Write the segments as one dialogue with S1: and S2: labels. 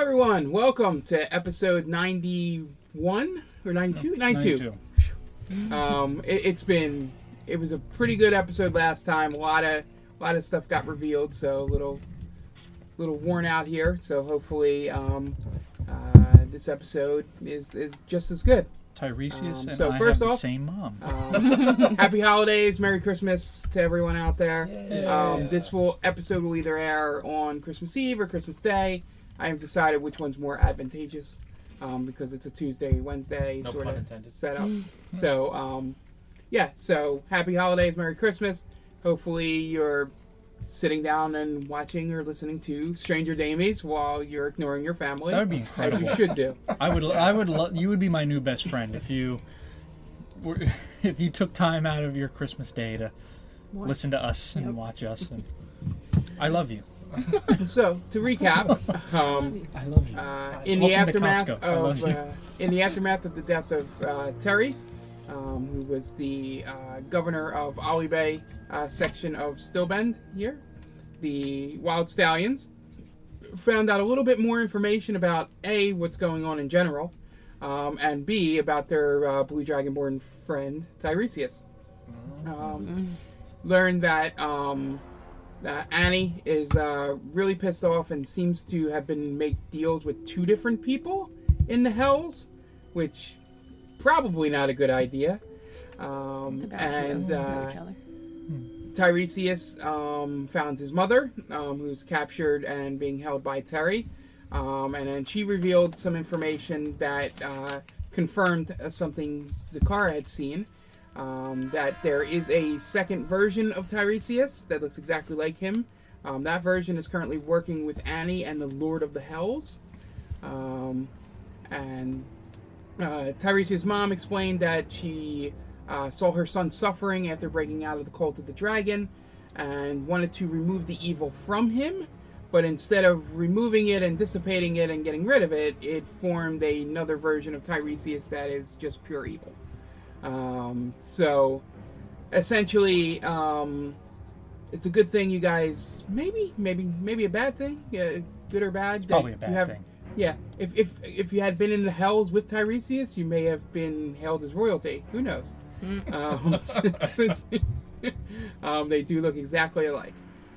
S1: everyone. Welcome to episode 91 or 92? 92. Um, it, it's been, it was a pretty good episode last time. A lot of, a lot of stuff got revealed, so a little, little worn out here. So hopefully, um, uh, this episode is, is just as good.
S2: Tiresias
S1: Um,
S2: and
S1: so
S2: I
S1: first
S2: have
S1: off,
S2: the same mom.
S1: Um, happy holidays, Merry Christmas to everyone out there. Um,
S2: Yeah.
S1: this will episode will either air on Christmas Eve or Christmas Day. I have decided which one's more advantageous um, because it's a Tuesday Wednesday
S3: No
S1: sort
S3: pun
S1: of
S3: intended.
S1: setup. so um, yeah, so happy holidays, Merry Christmas. Hopefully you're sitting down and watching or listening to Stranger Damies while you're ignoring your family.
S2: That would be
S1: as you
S2: incredible.
S1: should do.
S2: I would, I would, lo- you would be my new best friend if you, were, if you took time out of your Christmas day to listen to us and
S4: Yep.
S2: watch us. And I love you.
S1: So to recap, um,
S2: I love you.
S1: uh,
S2: Welcome
S1: in the
S2: to
S1: aftermath
S2: Costco. I love
S1: of
S2: you.
S1: uh, in the aftermath of the death of uh, Terry, um, who was the uh, governor of Ollie Bay uh, section of Stillbend here, the Wild Stallions found out a little bit more information about a what's going on in general, um, and b about their uh, blue dragonborn friend Tiresias. Um, learned that um, uh, Annie is uh, really pissed off and seems to have been make deals with two different people in the Hells, which probably not a good idea. Um, and uh, Tiresias um, found his mother, um, who's captured and being held by Terry. Um, and then she revealed some information that uh, confirmed uh, something Zakara had seen um, that there is a second version of Tiresias that looks exactly like him. Um, that version is currently working with Annie and the Lord of the Hells. Um, and uh, Tiresias' mom explained that she uh, saw her son suffering after breaking out of the cult of the dragon and wanted to remove the evil from him. But instead of removing it and dissipating it and getting rid of it, it formed another version of Tiresias that is just pure evil. Um, so essentially, um, it's a good thing you guys maybe, maybe, maybe a bad thing, yeah, good or bad. that
S2: Probably a
S1: you
S2: bad
S1: have,
S2: thing.
S1: yeah, if, if if you had been in the hells with Tiresias, you may have been hailed as royalty. Who knows? um, since um, they do look exactly alike.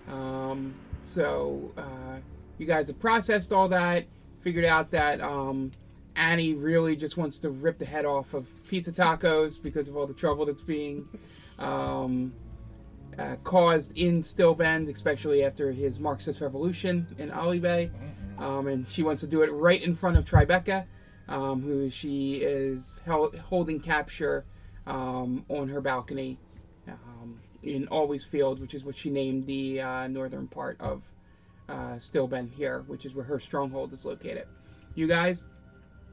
S1: Um, so uh, you guys have processed all that, figured out that um, Annie really just wants to rip the head off of pizza tacos because of all the trouble that's being um, uh, caused in Stillbend, especially after his Marxist revolution in Alibay. Um, and she wants to do it right in front of Tribeca, um, who she is held, holding capture um, on her balcony um, in Always Field, which is what she named the uh, northern part of uh, Stillben here, which is where her stronghold is located. You guys,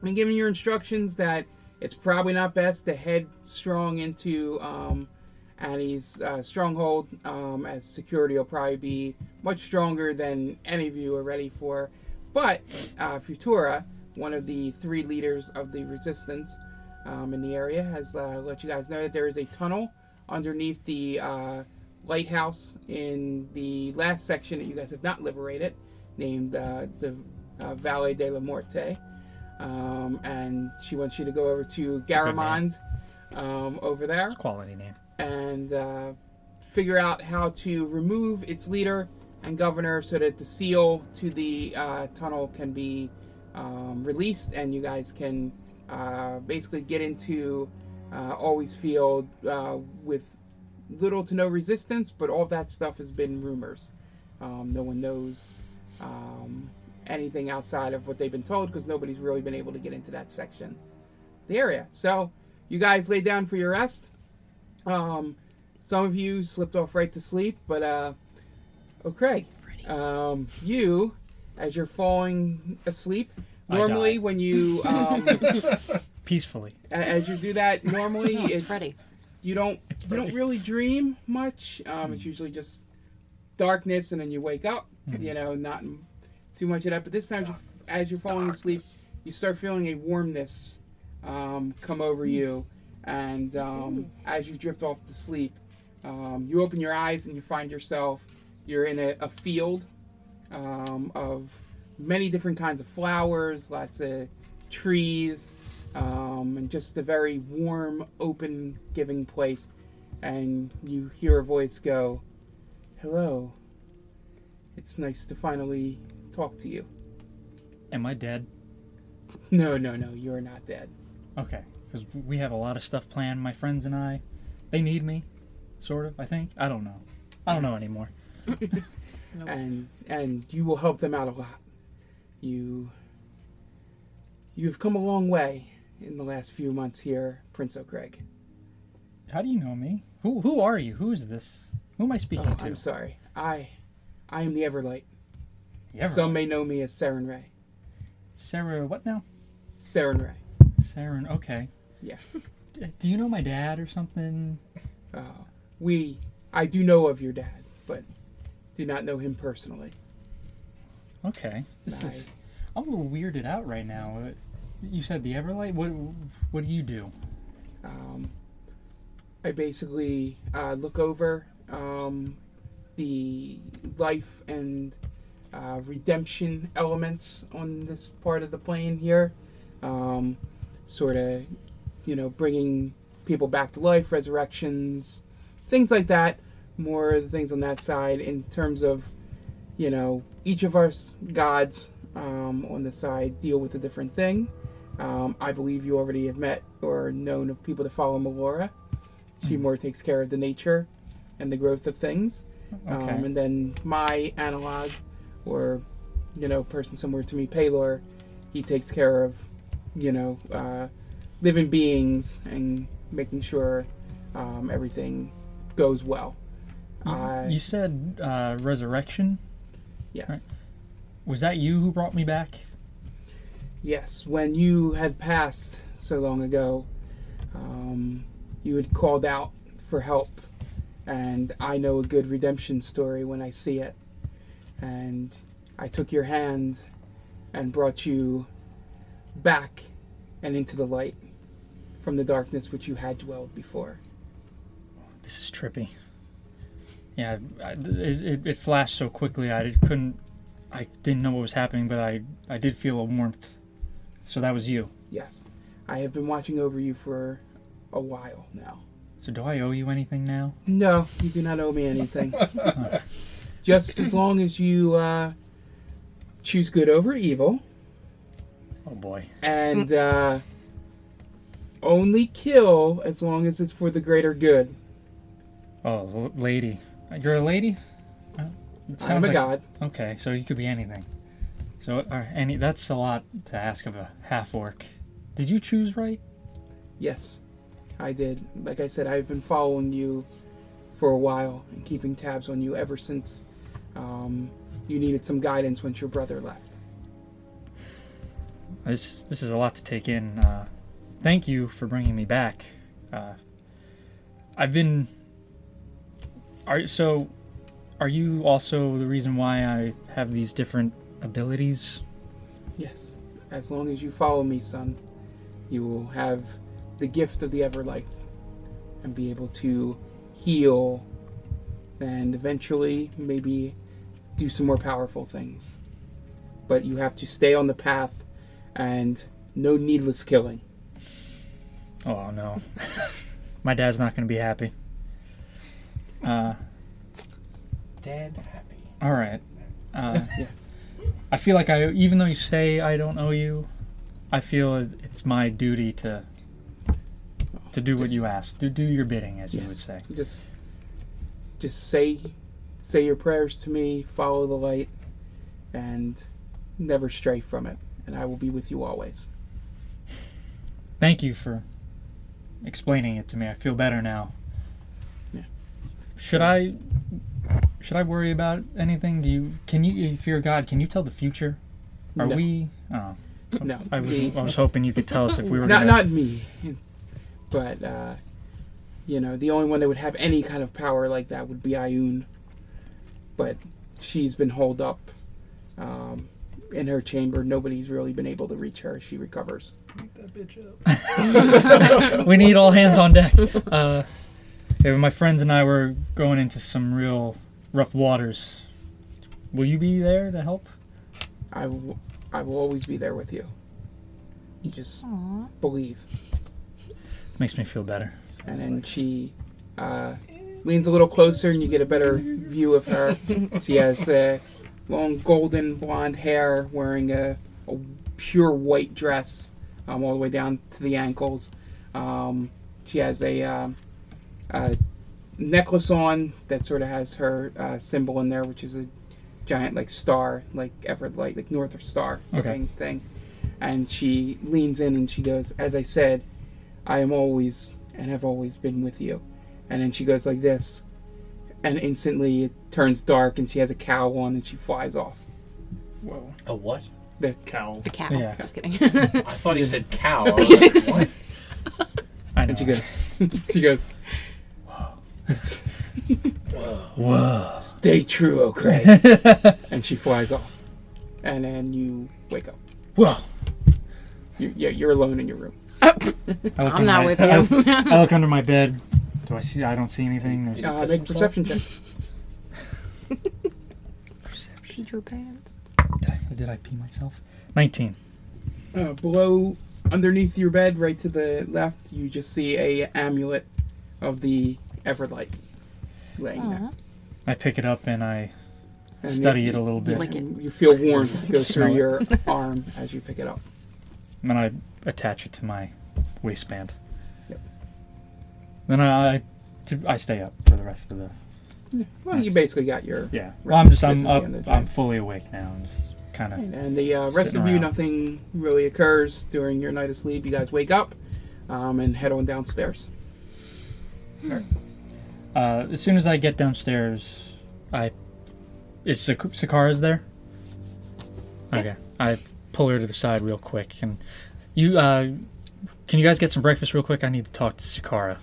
S1: been giving your instructions that it's probably not best to head strong into um, Annie's uh, stronghold, um, as security will probably be much stronger than any of you are ready for. But uh, Futura, one of the three leaders of the resistance um, in the area, has uh, let you guys know that there is a tunnel underneath the uh, lighthouse in the last section that you guys have not liberated, named uh, the uh, Valle de la Morte. Um, and she wants you to go over to
S2: good name.
S1: Garamond um, over there
S2: Quality name.
S1: and uh, figure out how to remove its leader and governor so that the seal to the uh, tunnel can be um, released and you guys can uh, basically get into uh, Always Field uh, with little to no resistance, but all that stuff has been rumors. Um, no one knows um, anything outside of what they've been told because nobody's really been able to get into that section, of the area. So, you guys lay down for your rest. Um, some of you slipped off right to sleep, but uh, okay. Um, you, as you're falling asleep,
S2: I
S1: normally
S2: die.
S1: when you um,
S2: Peacefully.
S1: A- as you do that normally
S4: No, it's
S1: it's,
S4: Freddy.
S1: you don't you don't really dream much um, it's usually just darkness and then you wake up you know not m- too much of that but this time you- as you're falling asleep you start feeling a warmness um, come over you and um, as you drift off to sleep um, you open your eyes and you find yourself you're in a, a field um, of many different kinds of flowers, lots of trees, um, and just a very warm, open, giving place. And you hear a voice go, Hello. It's nice to finally talk to you.
S2: Am I dead?
S1: No, no, no, you're not dead.
S2: Okay, because we have a lot of stuff planned. My friends and I, they need me, sort of. I think I don't know. I don't know anymore.
S1: and and you will help them out a lot. You you've come a long way in the last few months here, Prince O'Craig.
S2: How do you know me? Who who are you? Who is this? Who am I speaking
S1: Oh,
S2: to?
S1: I'm sorry. I I am the Everlight.
S2: You ever-
S1: Some may know me as Saren Ray.
S2: Sarah. What now?
S1: Saren Ray.
S2: Saren. Okay.
S1: Yeah.
S2: D- Do you know my dad or something?
S1: Uh, we I do know of your dad, but do not know him personally.
S2: Okay. This
S1: I-
S2: is. I'm a little weirded out right now. Uh, You said the Everlight. What what do you do?
S1: Um, I basically uh, look over um, the life and uh, redemption elements on this part of the plane here. Um, sort of, you know, bringing people back to life, resurrections, things like that. More of the things on that side in terms of, you know, each of our s- gods um, on the side deal with a different thing. Um, I believe you already have met or known of people that follow Melora. She
S2: Hmm.
S1: more takes care of the nature and the growth of things.
S2: Okay.
S1: Um, and then my analog, or you know, person similar to me, Paylor, he takes care of you know uh, living beings and making sure um, everything goes well. I-
S2: Mm-hmm. you said uh, resurrection.
S1: yes.
S2: right. Was that you who brought me back?
S1: Yes, when you had passed so long ago, um, you had called out for help, and I know a good redemption story when I see it. And I took your hand and brought you back and into the light from the darkness which you had dwelled before.
S2: This is trippy. Yeah, I, it, it- it flashed so quickly. I did- couldn't. I didn't know what was happening, but I I did feel a warmth. So that was you.
S1: Yes, I have been watching over you for a while now.
S2: So do I owe you anything now? Oh,
S1: No, you do not owe me anything. Just as long as you uh, choose good over evil
S2: Oh boy.
S1: and uh, only kill as long as it's for the greater good.
S2: Oh, l- lady. You're a lady. Uh, it
S1: I'm
S2: sounds
S1: a
S2: like-
S1: god.
S2: Okay, so you could be anything. So uh, any that's a lot to ask of a half orc. Did you choose right?
S1: Yes, I did. Like I said, I've been following you for a while and keeping tabs on you ever since um, you needed some guidance once your brother left.
S2: This this is a lot to take in. Uh, thank you for bringing me back. Uh, I've been. Are so? Are you also the reason why I have these different abilities?
S1: Yes, as long as you follow me, son, you will have the gift of the Everlife and be able to heal and eventually maybe do some more powerful things. But you have to stay on the path and no needless killing.
S2: Oh no, my dad's not going to be happy. Uh,
S3: Dead happy.
S2: all right. Uh,
S1: Yeah.
S2: I feel like I, even though you say I don't owe you, I feel it- it's my duty to to do what you ask, to do your bidding, as you would say.
S1: Just just say say your prayers to me, follow the light and never stray from it and I will be with you always.
S2: Thank you for explaining it to me. I feel better now.
S1: Yeah.
S2: Should I should I worry about anything? Do you can you if you're God, can you tell the future? Are
S1: No.
S2: we oh,
S1: No.
S2: I was
S1: me-
S2: I was hoping you could tell us if we were
S1: not
S2: gonna,
S1: not me, but uh, you know the only one that would have any kind of power like that would be Ayun. But she's been holed up um, in her chamber. Nobody's really been able to reach her. She recovers.
S3: Pick that bitch up.
S2: we need all hands on deck. Uh, yeah, my friends and I were going into some real rough waters. Will you be there to help?
S1: I w- I will always be there with you. You just
S4: Aw.
S1: believe.
S2: Makes me feel better.
S1: And then she uh, leans a little closer, and you get a better view of her. she has uh, long golden blonde hair, wearing a, a pure white dress um, all the way down to the ankles. Um, she has a, uh, a necklace on that sort of has her uh, symbol in there, which is a giant like star, like Everett Light, like North Star
S2: Okay.
S1: looking thing. And she leans in and she goes, "As I said, I am always and have always been with you." And then she goes like this, and instantly it turns dark, and she has a cow on, and she flies off.
S2: Whoa.
S5: A what?
S1: The-
S5: cow.
S4: A cow.
S2: Yeah.
S4: Just kidding.
S5: I thought he said cow. I was like, what?
S2: I know.
S1: And she goes, she goes,
S5: Whoa.
S2: Whoa.
S1: "Stay true, O'Cray," and she flies off. And then you wake up.
S2: Whoa.
S1: You, yeah, you're alone in your room.
S2: I look
S4: I'm
S2: under
S4: not
S2: my-
S4: with
S2: I look-
S4: you.
S2: I look under my bed. Do I see? I don't see anything. There's-
S1: Uh,
S5: piss
S1: make a
S5: himself?
S1: perception check.
S4: Peed your pants.
S2: Did I, did I pee myself? 19.
S1: Uh, below, underneath your bed, right to the left, you just see a amulet of the Everlight laying there.
S4: Aw.
S2: I pick it up and I
S1: And
S2: study
S1: you-
S2: it a little bit.
S4: Lick it.
S1: and You feel warmth go
S2: Smell
S1: through
S2: it.
S1: your arm as you pick it up.
S2: Then I attach it to my waistband.
S1: Yep.
S2: Then I I, to, I stay up for the rest of the
S1: Well, you basically got your.
S2: yeah.
S1: Right,
S2: Well, I'm just
S1: this is
S2: I'm
S1: the
S2: up.
S1: end of the
S2: I'm
S1: day.
S2: fully awake now. and just kind of
S1: And the uh, rest
S2: Sitting
S1: of you,
S2: around.
S1: nothing really occurs during your night of sleep. You guys wake up um, and head on downstairs.
S2: Uh, as soon as I get downstairs, I is Sak- Sakara's there? Okay, I pull her to the side real quick, and you uh, can you guys get some breakfast real quick? I need to talk to Sakara.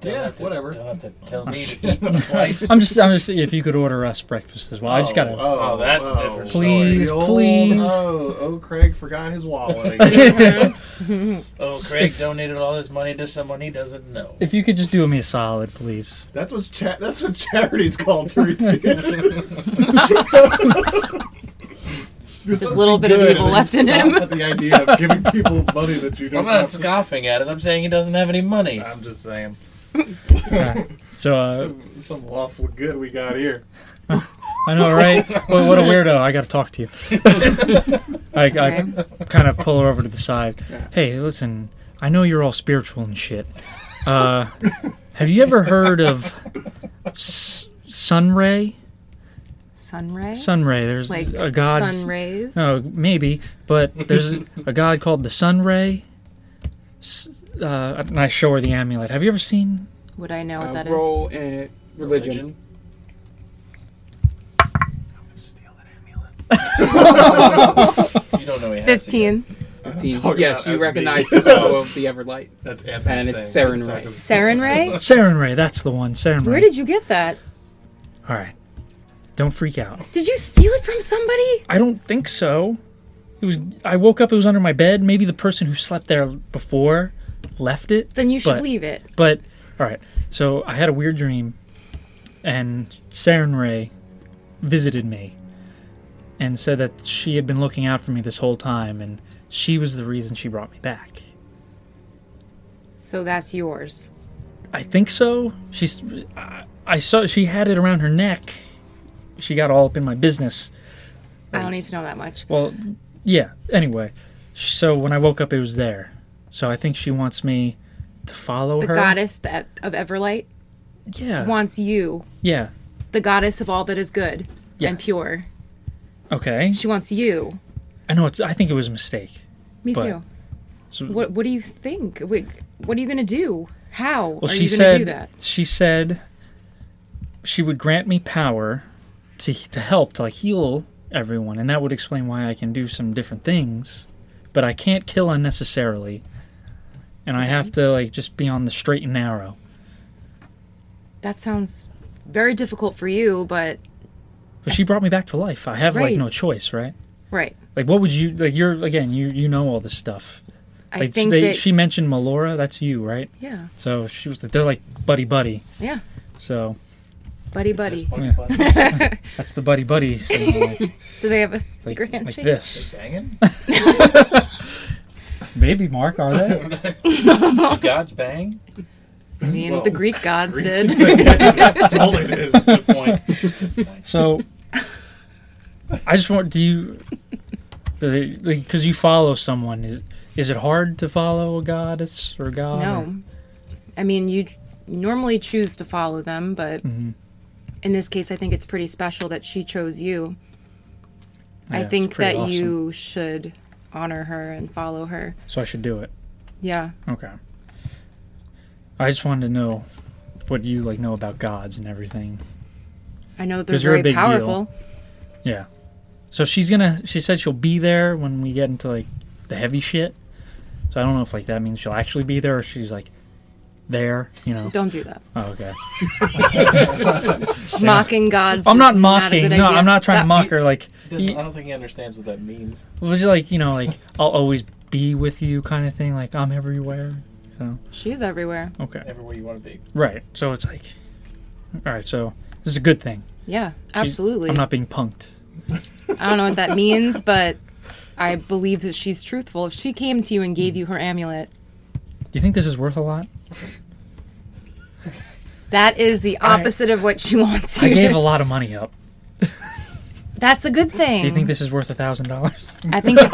S5: Don't
S3: Yeah,
S5: have to-
S3: whatever.
S5: Don't have to tell me to eat twice.
S2: I'm just I'm just if you could order us breakfast as well. I just gotta.
S5: Oh, that's a different
S2: Please,
S3: The old-
S2: please.
S3: Oh, oh, Craig forgot his wallet again.
S5: Oh, Craig donated all his money to someone he doesn't know.
S2: if you could just do me a solid, please.
S3: that's what cha- that's what charity's called, Teresa.
S4: There's a little bit of evil left in him.
S3: At the idea of giving people money that you
S5: I'm
S3: don't.
S5: not
S3: have.
S5: scoffing at it. I'm saying he doesn't have any money.
S3: I'm just saying.
S2: Alright. So uh,
S3: some, some lawful good we got here.
S2: I know, right? Well, what a weirdo! I gotta talk to you. I, I kind of pull her over to the side.
S1: Yeah.
S2: Hey, listen, I know you're all spiritual and shit. Uh, have you ever heard of s- Sunray?
S4: Sunray?
S2: Sunray. There's
S4: like
S2: a god.
S4: sun rays.
S2: No, maybe, but there's a god called the Sunray. S- Uh, and I show her the amulet. Have you ever seen?
S4: Would I know
S1: Uh,
S4: what that is?
S1: roll in religion.
S5: You don't know he has it yet.
S4: Fifteen.
S1: Fifteen.
S3: talking
S1: Yes,
S3: about
S1: you
S3: as me.
S1: recognize the symbol of the Everlight.
S3: That's
S1: And
S3: Anthony
S1: it's
S3: saying.
S1: Saren Ray.
S4: Saren Ray?
S2: Sarenrae, that's the one. Sarenrae.
S4: Where did you get that?
S2: All right. Don't freak out.
S4: Did you steal it from somebody?
S2: I don't think so. It was. I woke up. It was under my bed. Maybe the person who slept there before left it.
S4: Then you should
S2: But-
S4: leave it.
S2: But all right. So I had a weird dream, and Saren Ray visited me, and said that she had been looking out for me this whole time, and she was the reason she brought me back.
S4: So that's yours.
S2: I think so. She's. I, I saw she had it around her neck. She got all up in my business.
S4: I don't need to know that much.
S2: Well, yeah. Anyway, so when I woke up, it was there. So I think she wants me to follow
S4: The
S2: her.
S4: goddess that of Everlight
S2: Yeah.
S4: wants you,
S2: Yeah.
S4: the goddess of all that is good
S2: Yeah.
S4: and pure.
S2: Okay.
S4: She wants you.
S2: I know. It's. I think it was a mistake.
S4: Me
S2: But-
S4: too.
S2: So,
S4: What What do you think? Wait, What are you gonna do? How
S2: well,
S4: are
S2: she
S4: you gonna
S2: said.
S4: do that?
S2: She said. She would grant me power to to help to like heal everyone, and that would explain why I can do some different things, but I can't kill unnecessarily, and I have to like just be on the straight and narrow.
S4: That sounds very difficult for you, but
S2: But she brought me back to life. I have like
S4: Right.
S2: no choice, right?
S4: right.
S2: Like, what would you like? You're again, you you know all this stuff.
S4: I
S2: Like,
S4: think
S2: they,
S4: that
S2: she mentioned Melora. That's you, right?
S4: yeah.
S2: So she was. They're like buddy buddy.
S4: Yeah.
S2: So
S4: buddy
S5: It's
S4: buddy.
S5: just buddy,
S2: Yeah.
S5: buddy.
S2: That's the buddy buddy. So like,
S4: Do they have a
S2: like,
S4: secret
S2: like
S4: handshake?
S2: this.
S5: Banging?
S2: Maybe Mark, are they?
S5: Do gods bang?
S4: I mean,
S3: Well,
S4: the Greek gods
S3: Greeks-
S4: did.
S3: That's all it is at this point.
S2: So I just want do you because like 'cause you follow someone is is it hard to follow a goddess or a god?
S4: no. I mean, you normally choose to follow them, but
S2: hmm
S4: in this case, I think it's pretty special that she chose you. I think that you should honor her and follow her.
S2: So I should do it.
S4: Yeah.
S2: Okay. I just wanted to know what you like know about gods and everything.
S4: I know
S2: 'Cause
S4: they're
S2: you're a big
S4: very
S2: deal.
S4: powerful.
S2: So she's gonna. She said she'll be there when we get into like the heavy shit. So I don't know if like that means she'll actually be there or she's like there. You know.
S4: Don't do that.
S2: Oh, okay.
S4: Mocking gods.
S2: I'm
S4: is
S2: not
S4: a
S2: mocking.
S4: good
S2: no,
S4: idea.
S2: I'm not trying
S4: That-
S2: to mock her. Like,
S5: He doesn't- I don't think he understands what that means.
S2: was it like you know like I'll always be with you kind of thing. Like I'm everywhere.
S4: She's everywhere.
S2: Okay.
S5: Everywhere you want to be.
S2: Right. So it's like. All right. So this is a good thing.
S4: Yeah,
S2: She's-
S4: absolutely.
S2: I'm not being punked.
S4: I don't know what that means, but I believe that she's truthful. If she came to you and gave you her amulet,
S2: Do you think this is worth a lot?
S4: that is the
S2: I-
S4: opposite of what she wants you
S2: I gave
S4: to.
S2: a lot of money up.
S4: That's a good thing.
S2: Do you think this is worth a thousand dollars?
S4: I think it's,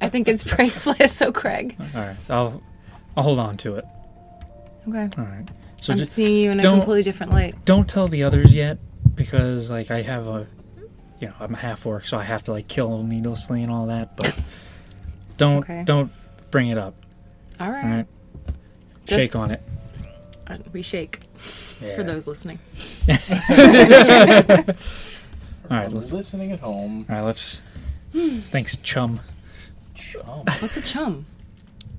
S4: I think it's priceless. So Craig,
S2: All right. So I'll I'll hold on to it.
S4: okay,
S2: All right. So
S4: I'm
S2: just
S4: seeing you in a
S2: don't-
S4: completely different light.
S2: don't tell the others yet because like I have a you know, I'm half orc so I have to like kill needlessly and all that, but don't
S4: Okay.
S2: don't bring it up.
S4: All right,
S2: All right.
S4: Just-
S2: Shake on it.
S4: Uh, we shake
S2: Yeah.
S4: for those listening.
S2: all right,
S5: I'm
S2: let's all
S5: listening at home.
S2: right, let's thanks chum.
S5: Chum.
S4: What's a chum?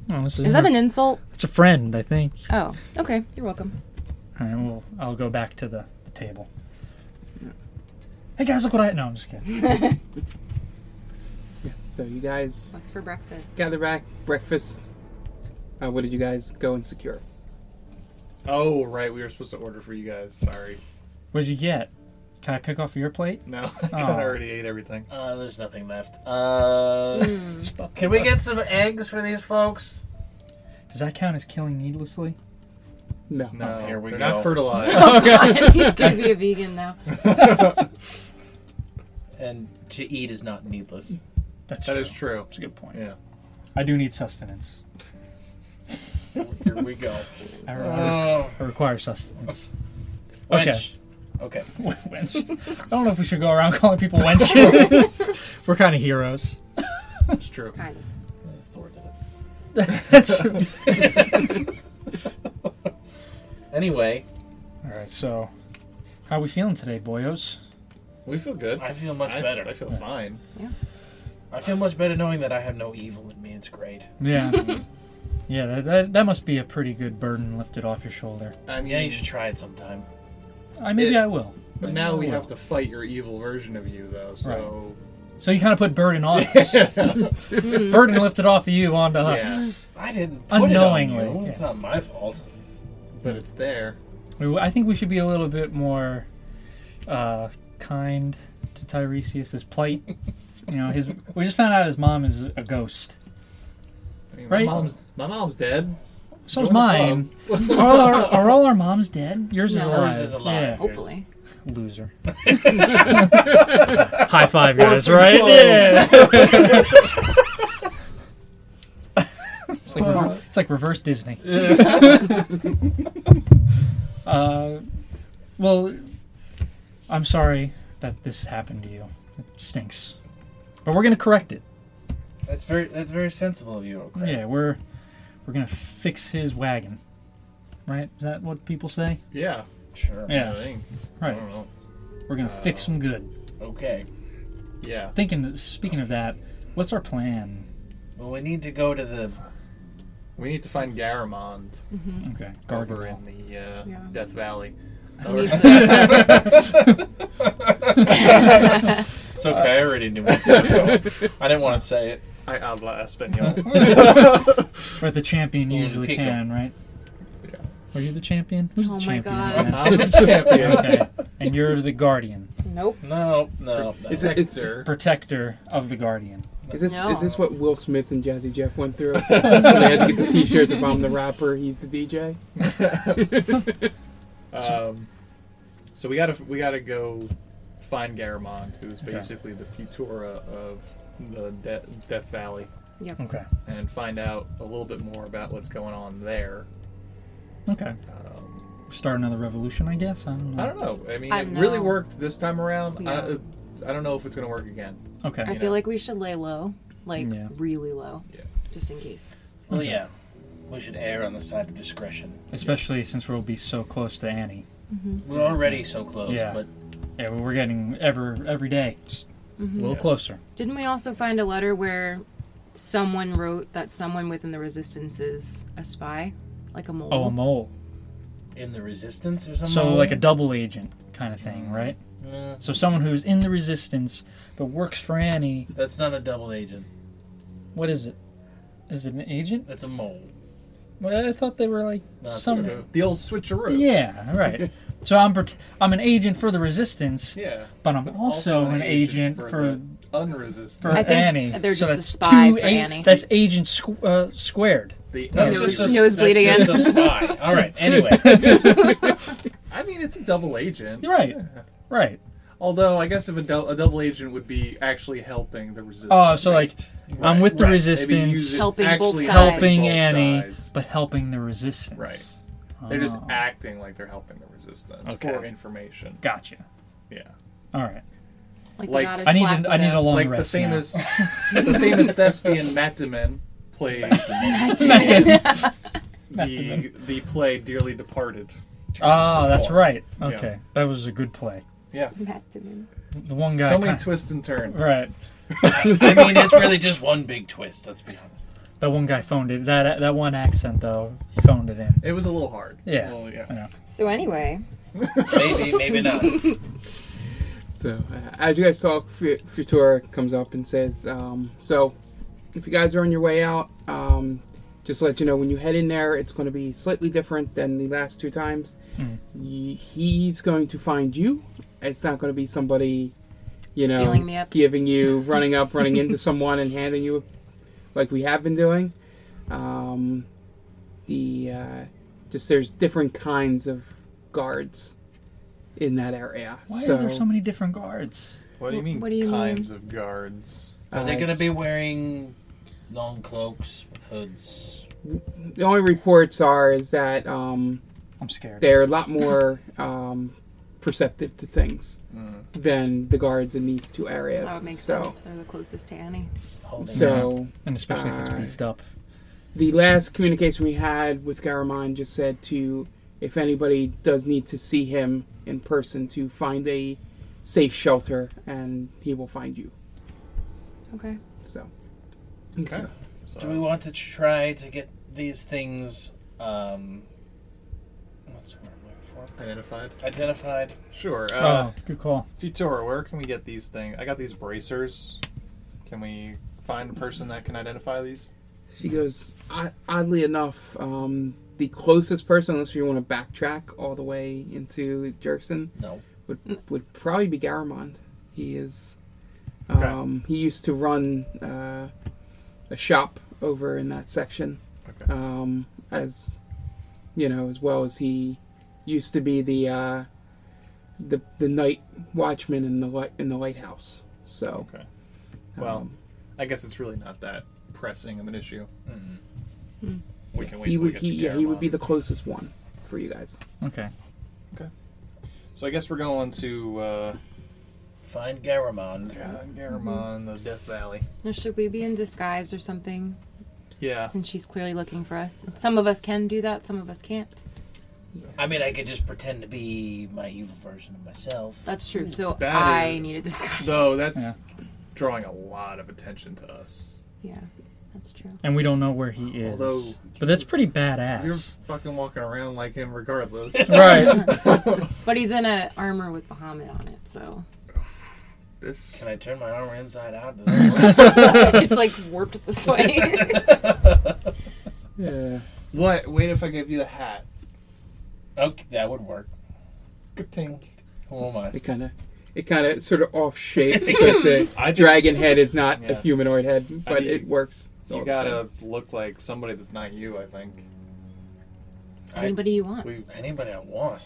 S2: Oh, this is,
S4: Is that an insult?
S2: it's a friend, I think.
S4: Oh, okay. You're welcome.
S2: All right, well, I'll go back to the, the table. Hey guys, look what I no, I'm just kidding.
S4: What's
S1: So you guys
S4: for breakfast?
S1: gather back, breakfast. Uh, what did you guys go and secure?
S3: Oh, right. We were supposed to order for you guys. Sorry.
S2: What'd you get? Can I pick off your plate?
S3: No, I kinda
S2: Aw.
S3: already ate everything.
S5: Uh, there's nothing left. Uh,
S4: Mm.
S5: can we get some eggs for these folks?
S2: Does that count as killing needlessly?
S1: No.
S3: No,
S5: Oh, here we
S3: they're
S5: go.
S3: not fertilized.
S4: Oh God, he's gonna be a vegan now.
S3: that
S5: And to eat is not needless.
S2: That's
S3: is true.
S2: That's a good point.
S3: Yeah.
S2: I do need sustenance.
S5: Here we go.
S2: I, re- I re-
S5: Oh,
S2: I require sustenance.
S5: wench. Okay.
S2: wench. I don't know if we should go around calling people wenches. We're kind of heroes.
S3: That's true.
S4: Kind of.
S5: Uh, Thor did
S2: That's true.
S5: it. anyway,
S2: All right, so how we feeling today, boyos?
S3: We feel good.
S5: I feel much
S3: I-
S5: better.
S3: I feel
S2: Yeah.
S3: fine.
S5: I feel much better knowing that I have no evil in me. It's great.
S2: Yeah. yeah, that, that, that must be a pretty good burden lifted off your shoulder.
S3: I mean,
S5: Yeah, you should try it sometime.
S2: I maybe
S3: It-
S2: I will.
S3: But
S2: Maybe
S3: now
S2: I
S3: we
S2: will.
S3: have to fight your evil version of you, though. So.
S2: So you kind of put burden on us.
S4: Mm.
S2: burden lifted off of you onto
S3: Yeah.
S2: us.
S5: I didn't put it on
S2: Unknowingly,
S5: you. It's not my fault.
S3: but it's there.
S2: We- I think we should be a little bit more uh, kind to Tiresias's plight. You know, his we just found out his mom is a ghost.
S3: I mean,
S2: Right.
S3: My mom's my mom's dead.
S2: So's
S3: Join the
S2: mine.
S3: club.
S2: Are all our, are all our moms dead? Yours is
S4: No.
S2: alive.
S5: Yours is alive.
S4: Hopefully.
S2: Yeah. Loser. High five, guys. Right? Yeah. it's, like rever- it's like reverse Disney. Uh, well, I'm sorry that this happened to you. It stinks. But we're gonna correct it.
S5: That's very that's very sensible of you. Okay.
S2: Yeah, we're we're gonna fix his wagon. Right? Is that what people say?
S3: yeah.
S5: Sure.
S2: Yeah.
S3: I think. I
S2: Right.
S3: don't know.
S2: We're gonna fix him good.
S5: Okay.
S3: Yeah.
S2: Thinking. that- Speaking of that, what's our plan?
S5: Well, we need to go to the.
S3: We need to find Garamond
S4: Mm-hmm.
S2: Okay.
S3: over
S2: Gargoyle.
S3: in the uh,
S4: Yeah.
S3: Death Valley.
S5: it's okay. I already knew. where you were going. I didn't want to say it.
S3: I habla español.
S2: But the champion
S5: Or
S2: usually
S5: Pico.
S2: can, right?
S3: Yeah.
S2: Are you the champion? Who's
S4: Oh
S2: the
S4: my
S2: champion?
S4: God.
S2: man?
S3: I'm the champion.
S2: okay. And you're the guardian,
S4: Nope.
S5: No, no, no.
S1: Is it- it's-
S3: Hector.
S2: protector of the guardian.
S1: Is this
S4: No.
S1: is this what Will Smith and Jazzy Jeff went through? when they had to get the T-shirts of I'm the rapper, he's the DJ.
S3: um, so we gotta we gotta go find Garamond, who's
S2: Okay.
S3: basically the Futura of the De- Death Valley,
S2: Okay.
S3: and find out a little bit more about what's going on there.
S2: Okay.
S3: Um,
S2: Start another revolution, I guess. I don't know.
S3: I don't know. I mean,
S4: I
S3: it really
S4: know.
S3: worked this time around. I,
S4: Yeah.
S3: I don't know if it's gonna work again.
S2: Okay.
S4: I
S3: You
S4: feel
S3: know.
S4: like we should lay low, like
S2: Yeah.
S4: really low,
S3: Yeah.
S4: just in case.
S5: Well, yeah. We should err on the side of discretion.
S2: Especially since we'll be so close to Annie.
S4: Mm-hmm.
S5: We're already so close,
S2: Yeah.
S5: but
S2: Yeah, well, we're getting ever every day just a
S4: Mm-hmm.
S2: little
S3: Yeah.
S2: closer.
S4: Didn't we also find a letter where someone wrote that someone within the resistance is a spy, like a mole?
S2: Oh, a mole.
S5: in the resistance or something.
S2: So like a Mm. double agent kind of thing, right?
S5: Nah,
S2: So someone who's in the resistance but works for Annie.
S5: that's not a double agent.
S2: What is it? Is it an agent?
S5: That's a mole.
S2: Well, I thought they were like
S5: No, it's
S2: some.
S5: a-
S3: The old switcheroo.
S2: Yeah, right. so I'm pret- I'm an agent for the resistance,
S3: Yeah.
S2: but I'm also, an, agent, for
S3: the
S2: for,
S3: unresistant.
S4: I think
S2: Annie.
S4: they're
S2: so
S4: just a
S2: that's
S4: spy
S2: two
S4: for
S2: a-
S4: Annie.
S2: That's agent squ- uh, squared.
S3: The
S2: No,
S5: That's
S2: it's
S3: unresistant.
S5: just a-
S4: nosebleed
S5: that's
S4: again.
S5: Just a spy. All right. Anyway,
S3: I mean, it's a double agent.
S2: Right. Right.
S3: Although I guess if a, dou- a double agent would be actually helping the resistance.
S2: Oh, so like I'm with the
S3: Right. Maybe use
S2: resistance,
S3: it
S4: Helping both
S3: actually
S4: sides.
S2: helping
S3: both
S2: Annie,
S3: sides.
S2: but helping the resistance.
S3: Right. They're just
S2: Oh,
S3: acting like they're helping the resistance
S2: Okay.
S3: for information.
S2: Gotcha.
S3: Yeah.
S2: All right.
S4: like,
S3: like-
S4: the goddess
S2: I need
S4: Black
S2: a, I need a
S4: Widow.
S2: long
S3: like the
S2: rest now.
S3: famous, the famous thespian Matiman plays the,
S2: Mataman.
S3: the play Dearly Departed.
S2: Oh, that's
S3: Before.
S2: right.
S3: Yeah.
S2: Okay, that was a good play.
S3: Yeah.
S4: Mataman.
S2: The one guy.
S3: So many
S2: kind-
S3: twists and turns.
S2: Right.
S5: I mean it's really just one big twist. Let's be honest.
S2: That one guy phoned it. That that one accent though, he phoned it in.
S3: It was a little hard.
S2: Yeah.
S3: Well,
S2: I
S3: yeah.
S2: know.
S4: So anyway,
S5: Maybe, maybe not.
S1: So, uh, as you guys talk, Fu- Futura comes up and says, um, "So, if you guys are on your way out, um, just to let you know when you head in there, it's going to be slightly different than the last two times.
S2: Mm.
S1: Y- he's going to find you. It's not going to be somebody, you know,
S4: Feeling me up.
S1: giving you running up, running into someone, and handing you like we have been doing. Um, the uh, just there's different kinds of guards." In that area.
S2: Why
S1: so,
S2: are there so many different guards?
S3: What do you mean
S4: What do you
S3: kinds of guards?
S5: Are they
S1: uh,
S5: gonna be wearing long cloaks, hoods?
S1: the only reports are is that um,
S2: I'm scared.
S1: they're a lot more um, perceptive to things
S3: Mm.
S1: than the guards in these two areas.
S4: that would make
S1: so,
S4: sense. They're the closest to Annie.
S5: Holding
S1: so
S2: and especially if it's
S1: uh,
S2: beefed up.
S1: the last communication we had with Garamond just said to, if anybody does need to see him in person, to find a safe shelter and he will find you.
S4: Okay.
S1: So,
S3: Okay.
S1: So,
S3: So,
S5: Do we want to try to get these things um what's the word I'm looking
S3: identified?
S5: for? Identified.
S3: Sure. Uh,
S2: oh, good call.
S3: Futura, where can we get these things? I got these bracers. Can we find a person that can identify these?
S1: she goes, "O- oddly enough, um, the closest person, unless you want to backtrack all the way into Jerkson,
S5: No.
S1: would would probably be Garamond. He is. Um, He used to run uh, a shop over in that section,
S3: Okay.
S1: um, as you know, as well as he used to be the uh, the the night watchman in the light in the lighthouse. So,
S3: Okay. Well,
S1: um,
S3: I guess it's really not that pressing of an issue.
S5: Mm.
S3: Mm-hmm. We can wait
S1: Hmm. he
S3: till we
S1: would
S3: get
S1: he,
S3: to
S1: yeah, he would
S3: Garamond.
S1: be the closest one for you guys.
S2: Okay.
S3: So I guess we're going to uh,
S5: Find Garamond.
S3: Garamond, the Death Valley.
S4: Now, should we be in disguise or something?
S3: Yeah.
S4: Since she's clearly looking for us. Some of us can do that. Some of us can't.
S5: I mean I could just pretend to be my evil version of myself.
S4: That's true. So
S3: That
S4: I
S3: is-
S4: need a disguise.
S3: Though that's
S2: Yeah.
S3: drawing a lot of attention to us.
S4: Yeah, that's true.
S2: And we don't know where he is.
S3: Although-
S2: but that's pretty badass.
S3: You're fucking walking around like him regardless.
S2: Right.
S4: But he's in a armor with Bahamut on it, so
S3: this
S5: Can I turn my armor inside out? Does that
S4: it's like warped this way.
S5: work?
S1: Yeah.
S3: What? Wait if I give you the hat.
S5: Okay, that would work.
S3: Good thing.
S5: Who am I?
S1: It kind of, it kind of sort of off shape because the
S3: I just-
S1: dragon head is not the
S3: Yeah.
S1: humanoid head, but
S3: mean,
S1: it works. all
S3: You
S1: the same.
S3: gotta look like somebody that's not you. I think
S5: I-
S4: Anybody you want.
S5: We, anybody I want.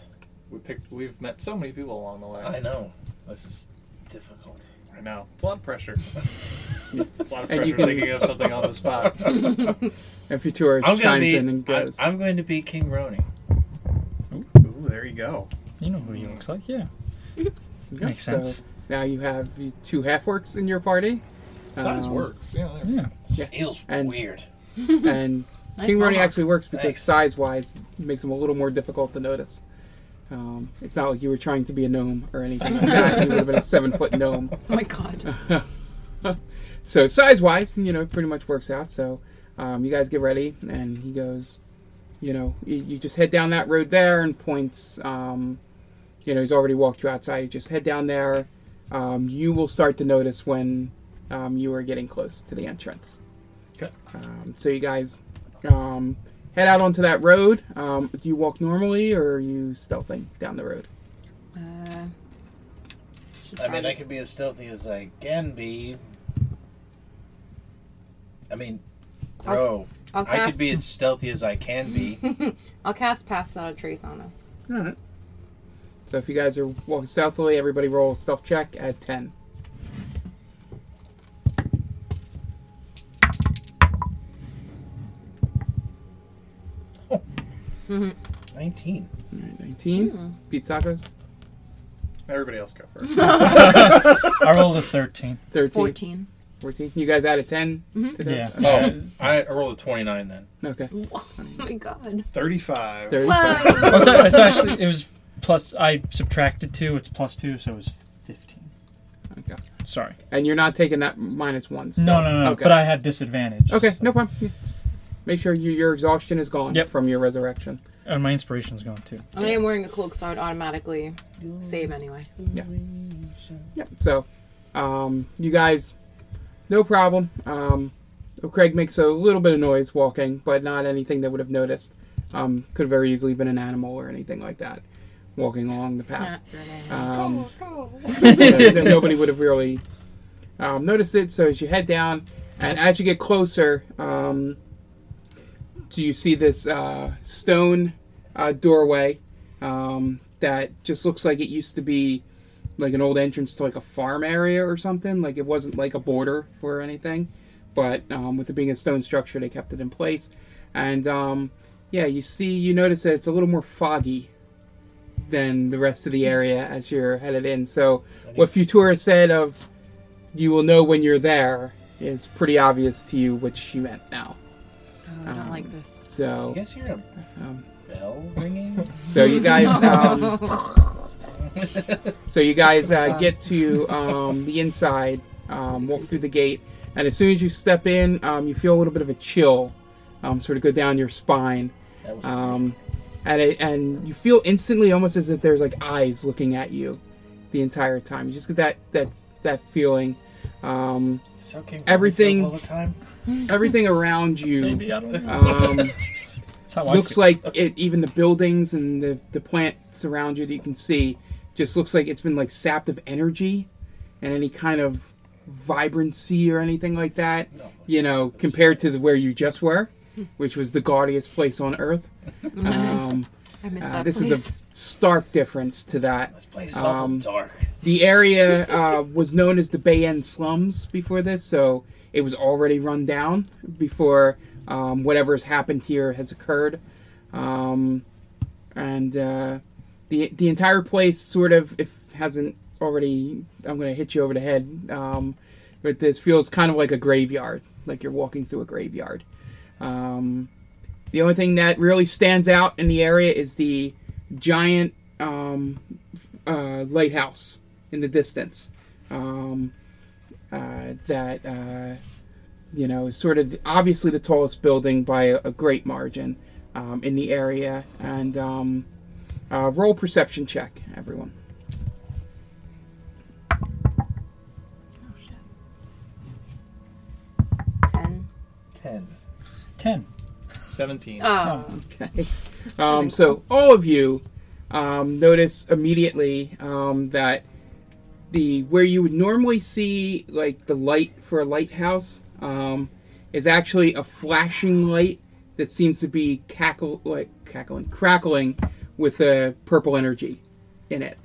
S3: we picked. We've met so many people along the way.
S5: I know. This is difficult.
S3: I know. It's a lot of pressure. it's a lot of
S1: And
S3: pressure
S1: you can-
S3: thinking of something on the spot.
S1: If you two are
S5: I'm gonna
S1: chimes
S5: be.
S1: in and
S5: I,
S1: goes.
S5: am going to be King Rony.
S3: Ooh, there you go.
S2: You know who he looks like, yeah.
S1: Yeah,
S2: Makes
S1: so
S2: sense.
S1: now you have the two half works in your party.
S3: Size
S1: Um,
S3: works. Yeah. There.
S2: Yeah.
S1: Yeah.
S5: Feels
S1: And-
S5: weird.
S1: And
S4: Nice
S1: Uh, King Rooney
S4: mohawk.
S1: actually works because
S5: Thanks.
S1: size wise makes him a little more difficult to notice. Um, it's not like you were trying to be a gnome or anything like that. you would have been a seven foot gnome.
S4: Oh my god.
S1: so size wise, you know, it pretty much works out. So um, you guys get ready, and he goes, you know, you, you just head down that road there, and points. Um, you know, he's already walked you outside. You just head down there. Um, you will start to notice when um, you are getting close to the entrance.
S3: Okay.
S1: Um, so you guys um, head out onto that road. Um, do you walk normally, or are you stealthing down the road?
S4: Uh, should
S5: I mean, I
S4: probably-
S5: can be as stealthy as I can be. I mean,
S4: I'll-
S5: bro,
S4: I'll
S5: I
S4: cast.
S5: could be as stealthy as I can be.
S4: I'll cast pass without a trace on us.
S1: All right. So if you guys are walking stealthily, everybody roll a stealth check at 10.
S4: Mhm.
S5: 19.
S1: All right, 19.
S4: Hmm.
S1: Pete Sacco's
S3: Everybody else go first.
S2: I rolled a 13.
S1: 13. 14.
S4: Fourteen.
S1: You guys added 10
S4: Mhm.
S1: to
S2: Yeah.
S1: this?
S5: Oh, I, I rolled a 29 then.
S1: Okay.
S4: Oh my god.
S3: Thirty-five.
S1: Thirty-
S4: Whoa.
S2: Oh, it's, a- it's actually, it was plus, I subtracted 2, it's plus 2, so it was 15.
S1: Okay.
S2: Sorry.
S1: And you're not taking that minus one. Still.
S2: No, no, no,
S1: Okay.
S2: but I had disadvantage.
S1: Okay, no problem. Yeah. Make sure you, your exhaustion is gone
S2: Yep.
S1: from your resurrection.
S2: And my inspiration's gone too.
S4: I am wearing a cloak, so I'd automatically save anyway.
S1: Yep. So, um, you guys, no problem. Um, Craig makes a little bit of noise walking, but not anything that would have noticed. Um, could have very easily been an animal or anything like that walking along the path.
S4: Not your name.
S1: Um, so that nobody would have really um, noticed it. So as you head down, and as you get closer, um, do you see this uh, stone uh, doorway um, that just looks like it used to be like an old entrance to like a farm area or something? Like it wasn't like a border for anything, but um, with it being a stone structure, they kept it in place. And um, yeah, you see, you notice that it's a little more foggy than the rest of the area as you're headed in. So what Futura said of you will know when you're there is pretty obvious to you what she meant now.
S4: Oh, I don't like this.
S5: I
S1: So
S5: guess you're a
S1: um,
S5: bell ringing?
S1: so you guys um, so you guys uh,
S4: Wow.
S1: get to um, the inside, um, walk through the gate, and as soon as you step in, um, you feel a little bit of a chill um, sort of go down your spine.
S5: That was
S1: um, and it, and you feel instantly almost as if there's like eyes looking at you the entire time. You just get that that that feeling. Um,
S5: so King Rony
S1: everything-
S5: feels all the time.
S1: everything around you
S2: Maybe, I don't know.
S1: um,
S2: That's how Oh, I
S1: looks
S2: feel.
S1: like it. Even the buildings and the the plants around you that you can see just looks like it's been like sapped of energy and any kind of vibrancy or anything like that.
S5: No.
S1: You know, compared to the, where you just were, which was the gaudiest place on earth. Um,
S4: I missed
S1: Uh,
S4: that
S1: this
S4: place.
S1: is a stark difference to that.
S5: This place is
S1: Um,
S5: awful dark.
S1: The area uh, was known as the Bay End slums before this, so it was already run down before um, whatever has happened here has occurred. Um, and uh, the the entire place sort of, if hasn't already, I'm going to hit you over the head um, with this, feels kind of like a graveyard, like you're walking through a graveyard. Um, the only thing that really stands out in the area is the giant um, uh, lighthouse in the distance um, uh, that uh, you know is sort of obviously the tallest building by a, a great margin um, in the area and um, uh, roll perception check everyone
S4: Oh, shit. Ten.
S5: 10.
S2: 10.
S3: Seventeen.
S4: Oh.
S1: okay Um, so all of you um, notice immediately um, that the where you would normally see like the light for a lighthouse um, is actually a flashing light that seems to be cackle like cackling crackling with a purple energy in it.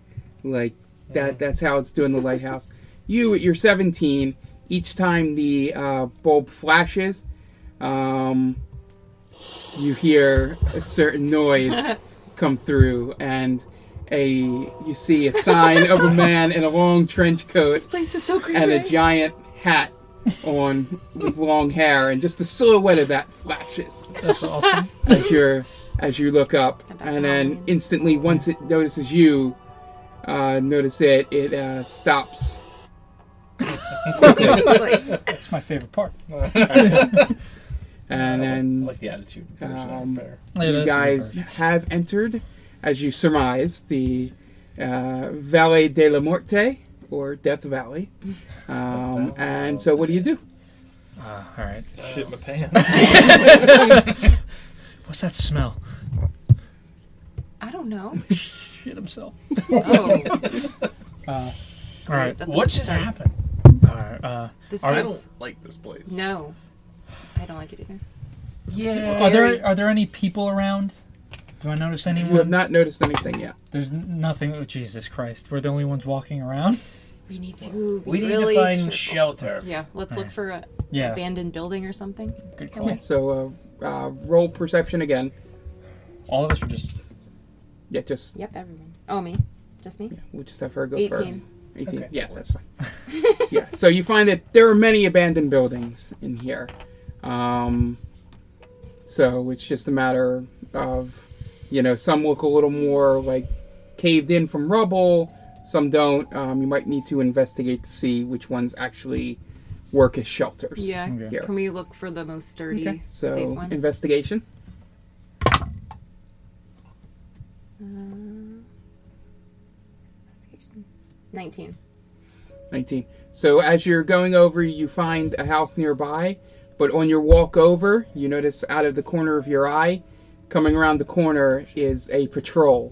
S1: Like that that's how it's doing the lighthouse. You at your 17, each time the uh, bulb flashes, um, you hear a certain noise come through and a you see a sign of a man in a long trench coat
S4: This place is so creepy.
S1: and a giant hat on with long hair and just the silhouette of that flashes
S2: That's awesome.
S1: as you're as you look up,
S4: About
S1: and then
S4: Halloween.
S1: instantly once it notices you, uh, notice it, it uh, stops.
S2: That's my favorite part.
S1: And
S5: I
S1: then
S5: like the attitude. version
S1: um,
S5: better.
S2: Yeah,
S1: you
S2: that's my
S1: guys
S2: favorite.
S1: have entered, as you surmise, the uh, Valle de la Morte or Death Valley. Um, and so, what do you do?
S2: Uh, all right.
S3: Shit my pants.
S2: What's that smell?
S4: I don't know.
S2: Shit himself.
S4: Oh,
S2: Uh, all right.
S4: That's
S5: What
S4: a-
S5: just happened?
S2: All right. Uh,
S4: This
S2: Are-
S3: I
S4: place-
S3: don't like this place.
S4: No, I don't like it either.
S5: Yeah.
S2: are there are there any people around? Do I notice
S1: You have
S2: anyone?
S1: not noticed anything yet.
S2: There's n- nothing. Oh, Jesus Christ! We're the only ones walking around.
S4: We need to. Be
S5: We need
S4: really
S5: to find
S4: careful.
S5: shelter.
S4: Yeah, let's look
S2: Right.
S4: for an
S2: Yeah.
S4: abandoned building or something.
S2: Good
S4: Come
S2: call.
S4: here.
S1: So, uh, uh, roll perception again.
S2: All of us are just.
S1: Yeah, just
S4: Yep, everyone. Oh, me, just me.
S1: yeah, we'll just have her go
S4: 18.
S1: first. 18.
S5: Okay.
S1: Yeah, that's fine. yeah. So you find that there are many abandoned buildings in here. Um, so it's just a matter of, you know, some look a little more like caved in from rubble, some don't. Um, you might need to investigate to see which ones actually work as shelters.
S4: Yeah.
S2: Okay.
S4: Can we look for the most sturdy,
S1: Okay.
S4: safe
S1: So
S4: one?
S1: investigation.
S4: Uh, investigation. Nineteen.
S1: 19. So as you're going over, you find a house nearby, but on your walk over, you notice out of the corner of your eye, coming around the corner is a patrol.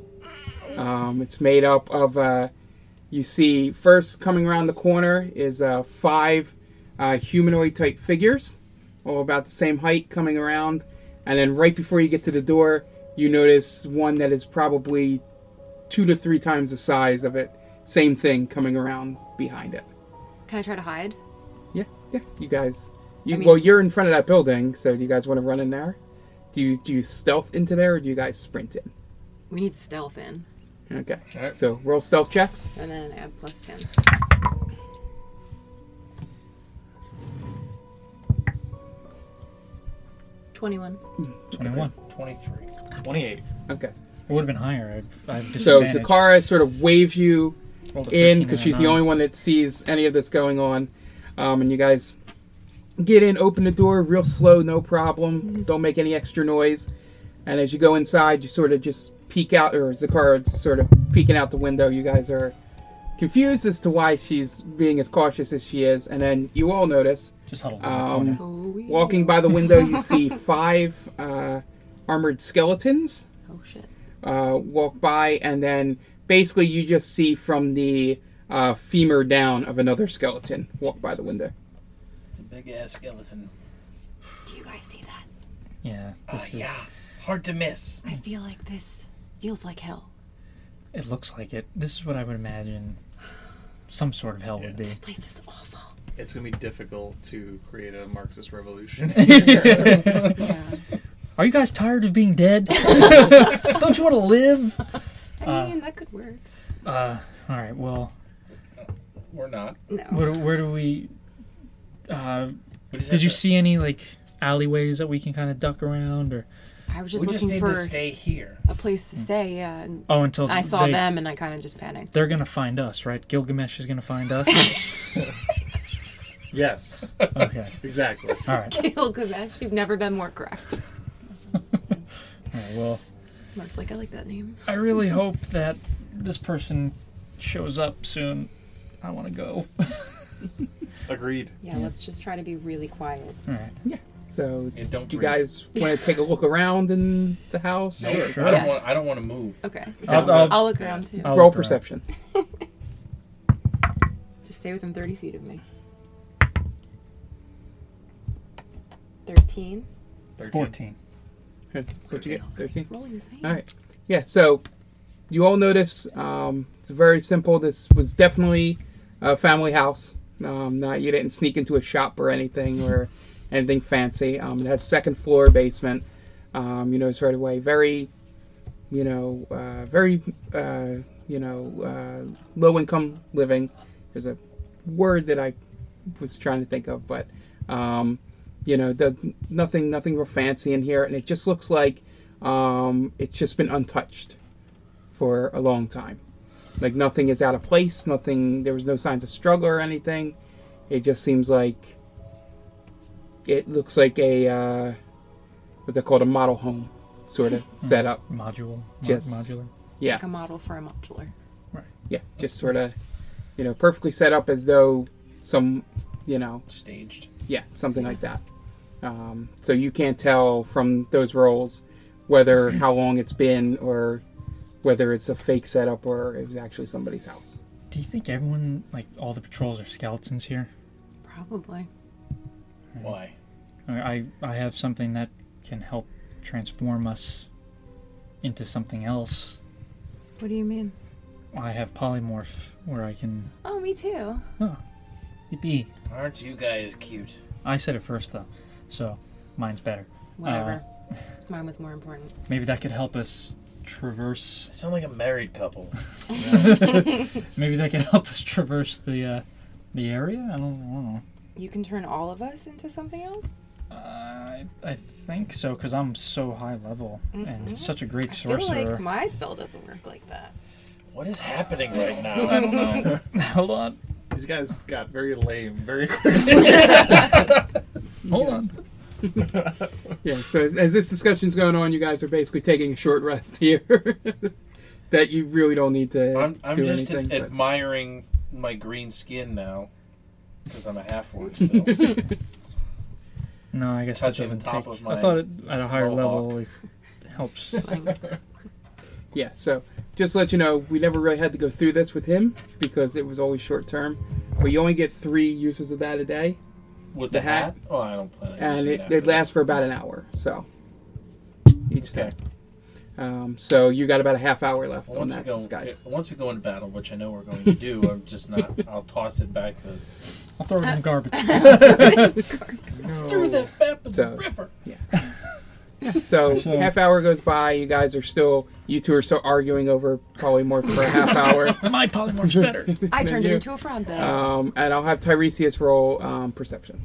S1: Um, it's made up of, uh, you see, first coming around the corner is uh, five uh, humanoid type figures, all about the same height, coming around. And then right before you get to the door, you notice one that is probably two to three times the size of it. Same thing coming around behind it.
S4: Can I try to hide?
S1: Yeah, you guys. You,
S4: I mean-
S1: well, you're in front of that building, so do you guys want to run in there? Do you do you stealth into there, or do you guys sprint in?
S4: We need stealth in,
S1: Okay.
S3: Alright.
S1: So roll stealth checks.
S4: and then add plus ten. Twenty-one.
S2: Twenty-one.
S5: 23.
S3: 28.
S1: Okay.
S2: It would have been higher. I, I
S1: So Zakara sort of waves you in because she's the only one that sees any of this going on, um, and you guys get in, open the door real slow, no problem. Don't make any extra noise. And as you go inside, you sort of just peek out, or Zakara's sort of peeking out the window. You guys are confused as to why she's being as cautious as she is, and then you all notice
S2: Just huddled.
S1: Um,
S2: Um,
S4: Oh, we-
S1: Walking by the window, you see five uh, armored skeletons
S4: Oh shit.
S1: uh, walk by, and then basically you just see from the uh, femur down of another skeleton walk by the window.
S5: It's a big ass skeleton.
S4: Do you guys see that?
S2: yeah.
S5: Ah,
S2: This is,
S5: yeah. Hard to miss.
S4: I feel like this feels like hell.
S2: It looks like it. This is what I would imagine. Some sort of hell would be.
S4: This place is awful.
S3: It's gonna be difficult to create a Marxist revolution.
S4: Yeah.
S2: Are you guys tired of being dead? Don't you want to live?
S4: I
S2: Uh,
S4: mean, that could work.
S2: Uh, all right. Well,
S5: We're not.
S4: No.
S2: where, do- where do we? Uh,
S5: We just
S2: did
S5: have
S2: you
S5: to-
S2: see any like alleyways that we can kind of duck around, or
S4: I was just
S5: we just
S4: looking
S5: need
S4: for
S5: to stay here.
S4: a place to stay. Yeah. And
S2: oh, until
S4: I saw
S2: they,
S4: them and I kind of just panicked.
S2: They're gonna find us, right? Gilgamesh is gonna find us.
S3: yes,
S2: okay.
S3: exactly.
S2: All right.
S4: Gilgamesh, you've never been more correct.
S2: all right. Well,
S4: Mark's like, I like that name.
S2: I really hope that this person shows up soon. I want to go. all
S3: Agreed.
S4: Yeah, let's just try to be really quiet.
S2: right.
S1: So
S5: You don't
S1: do you
S5: breathe.
S1: guys want to take a look around in the house?
S5: No,
S2: Sure.
S5: I don't
S4: Yes.
S5: want. I don't want to move.
S4: Okay.
S2: I'll,
S4: I'll,
S2: I'll,
S4: look around too.
S2: I'll
S1: Roll
S2: look around.
S1: perception.
S4: Just stay within 30 feet of me. 13.
S3: 13.
S2: 14.
S1: Okay, What'd you get? Thirteen.
S4: Rolling the same.
S1: All right. Yeah, so you all notice um, it's very simple. This was definitely a family house. Um, not you didn't sneak into a shop or anything or anything fancy. Um, it has second floor basement. Um, you notice right away. Very, you know, uh, very, uh, you know, uh, low income living. There's a word that I was trying to think of, but um, you know, does nothing, nothing real fancy in here, and it just looks like um, it's just been untouched for a long time. Like nothing is out of place. Nothing. There was no signs of struggle or anything. It just seems like it looks like a uh, what's it called? A model home sort of setup.
S2: Module. Mo-
S1: Just-
S2: modular.
S1: Yeah.
S4: Like a model for a modular.
S1: Yeah. Just sort of, you know, perfectly set up as though some, you know,
S5: Staged.
S1: Yeah, something like that. Um, so you can't tell from those rolls whether how long it's been or whether it's a fake setup or it was actually somebody's house.
S2: Do you think everyone, like all the patrols, are skeletons here?
S4: Probably.
S5: Why?
S2: I I I have something that can help transform us into something else.
S4: What do you mean?
S2: I have polymorph where I can.
S4: Oh, me too.
S2: Yippee!
S5: Aren't you guys cute?
S2: I said it first though, so mine's better.
S4: Whatever. Uh. Mine was more important.
S2: Maybe that could help us traverse.
S5: They sound like a married couple.
S2: Maybe that could help us traverse the uh, the area. I don't, I don't know.
S4: you can turn all of us into something else?
S2: I I think so because I'm so high level
S4: Mhm.
S2: and such a great
S4: I feel
S2: sorcerer.
S4: like my spell doesn't work like that.
S5: What is happening right now?
S2: I don't know. Hold on.
S3: These guys got very lame very quickly.
S2: Hold on.
S1: Yeah, so as, as this discussion's going on, you guys are basically taking a short rest here. that you really don't need to
S5: I'm, I'm
S1: do
S5: just
S1: anything.
S5: ad-
S1: but-
S5: admiring my green skin now, because I'm a half orc still.
S2: No, I guess that
S5: Touching the
S2: doesn't
S5: top
S2: take.
S5: of
S2: I
S5: my
S2: thought it, at a higher
S5: mohawk.
S2: level it helps.
S1: yeah, so just to let you know, we never really had to go through this with him because it was always short term. But you only get three uses of that a day,
S5: With
S1: The
S5: the,
S1: hat? Uh,
S5: hat? Oh, I don't plan on
S1: and
S5: using
S1: it,
S5: that
S1: it
S5: for
S1: lasts
S5: this.
S1: for about an hour. So each
S5: Okay.
S1: day. Um, so you got about a half hour left
S5: Well,
S1: on
S5: Once we,
S1: that
S5: go,
S1: disguise.
S5: yeah, once we go into battle, which I know we're going to do, I'm just not. I'll toss it back. To,
S2: I'll throw it in the garbage.
S4: Uh,
S5: Threw that map in
S1: So-
S5: the river.
S1: So,
S2: So-
S1: half hour goes by. You guys are still, you two are still arguing over polymorph for a half hour.
S2: my polymorph's better.
S4: I
S1: Then
S4: turned it
S1: you-
S4: into a frog though.
S1: Um, and I'll have Tiresias roll um, perception.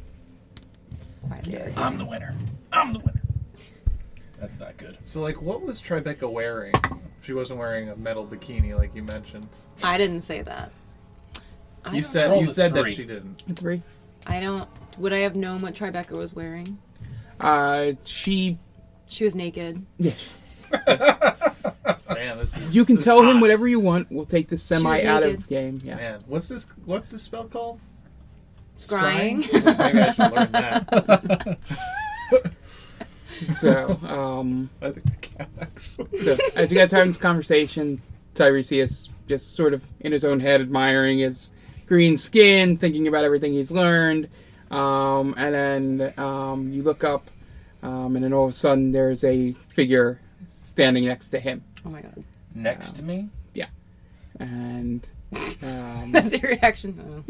S4: Quietly.
S2: I'm the winner. I'm the winner.
S5: That's not good.
S3: so, like, what was Tribeca wearing? She wasn't wearing a metal bikini, like you mentioned.
S4: I didn't say that. I
S3: you
S4: don't
S3: said
S5: Roll
S3: you
S5: the
S3: said that
S5: three.
S3: she didn't.
S1: Three.
S4: I don't. Would I have known what Tribeca was wearing?
S1: Uh, she,
S4: She was naked.
S3: Man, this is.
S1: you can
S3: this
S1: tell him
S3: hot.
S1: whatever you want. We'll take the semi
S4: She's
S1: out of
S4: naked.
S1: game. Yeah.
S3: Man, what's this? What's this spell called?
S4: Scrying.
S3: Maybe I should learn that.
S1: So, um,
S3: I think I can actually.
S1: so as you guys are having this conversation, Tiresias just sort of in his own head admiring his green skin, thinking about everything he's learned. Um, and then um, you look up, um, and then all of a sudden there's a figure standing next to him.
S4: oh my god.
S5: Next to me,
S1: And um,
S4: That's your reaction.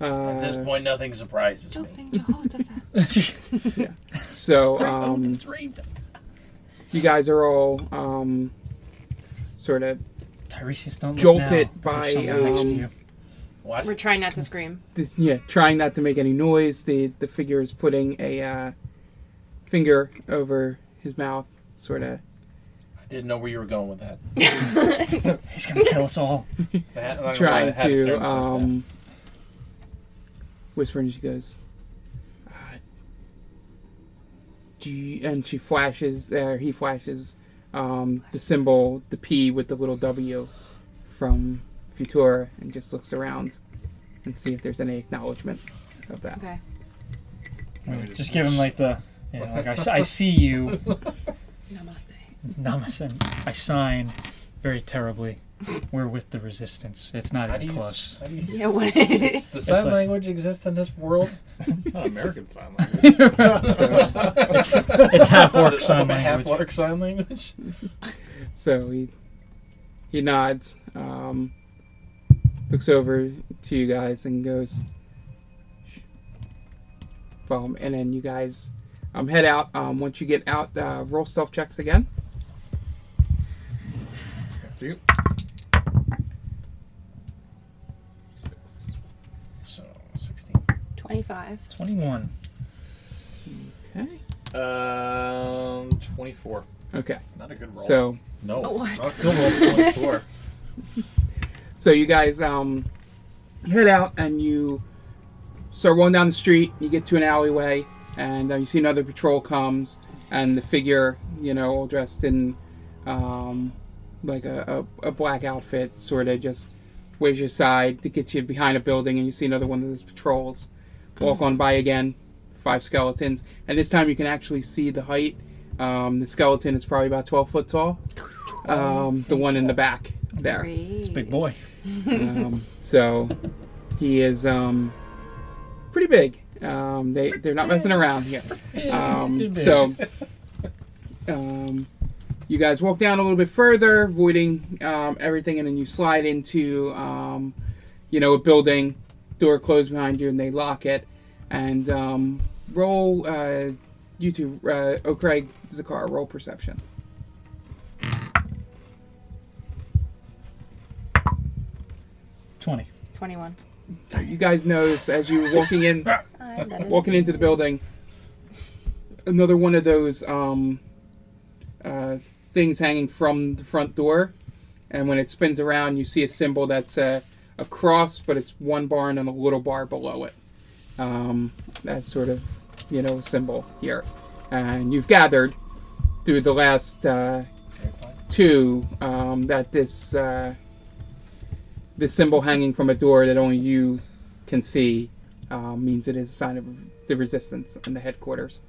S4: Oh.
S5: at this
S1: uh,
S5: point, nothing surprises me.
S4: Jumping Jehoshaphat.
S1: so um, you guys are all um, sort of
S2: Tiresias, don't look
S1: Jolted
S2: now.
S1: by,
S2: There's someone next to
S1: um,
S2: you.
S5: What?
S4: We're trying not to scream.
S1: this, yeah, trying not to make any noise. The the figure is putting a uh, finger over his mouth, sort of.
S5: I didn't know where you were going with that.
S2: He's gonna kill us all.
S5: The hat- I'm not gonna lie,
S1: trying
S5: the hat's
S1: to
S5: starting to twist
S1: um, whisper, and she goes, uh, "Do you-" and she flashes. Uh, he flashes um, the symbol, the P with the little W from Futura, and just looks around and see if there's any acknowledgement of that.
S4: Okay.
S3: Maybe
S2: Mm, Just give him like the, you know, like I, s- I see you,
S4: Namaste.
S2: Namaste. I sign very terribly. We're with the resistance. It's not
S5: How do
S2: even
S5: you?
S2: close.
S5: How do you
S4: Yeah, what?
S5: Does the sign
S2: like-
S5: language exist in this world?
S3: Not American sign language.
S2: it's, it's half orc sign
S5: Half
S2: language.
S5: orc sign language.
S1: So he he nods, um, looks over to you guys and goes, "Follow him." And then you guys um, head out. Um, once you get out, uh, roll stealth checks again.
S3: After you. Six.
S5: So sixteen.
S4: 25.
S2: Twenty-one.
S1: Okay.
S3: Um, 24.
S1: Okay.
S3: Not a good roll.
S1: So
S5: No.
S4: Oh, what?
S5: Not good roll. Twenty-four.
S1: So you guys um, head out and you start going down the street. You get to an alleyway and uh, you see another patrol comes and the figure, you know, all dressed in um, like a, a, a black outfit, sort of just waves you aside to get you behind a building and you see another one of those patrols walk on by again, five skeletons. And this time you can actually see the height. Um, the skeleton is probably about 12 foot tall. Um, the one in the back there.
S4: Great.
S2: Big boy.
S1: Um, so he is um, pretty big. Um, they they're not messing around here. Um, so um, you guys walk down a little bit further, avoiding um, everything, and then you slide into um, you know a building. Door closed behind you, and they lock it. And um, roll uh, you two, uh, oh Craig Zakar, roll perception.
S2: Twenty.
S4: 21.
S1: You guys notice as you were walking in.
S4: I'm done.
S1: walking into the building, another one of those um, uh, things hanging from the front door, and when it spins around, you see a symbol that's a, a cross, but it's one barn and a little bar below it. Um, that's sort of you know a symbol here, and you've gathered through the last uh, two um, that this uh, this symbol hanging from a door that only you can see uh, means it is a sign of the resistance in the headquarters.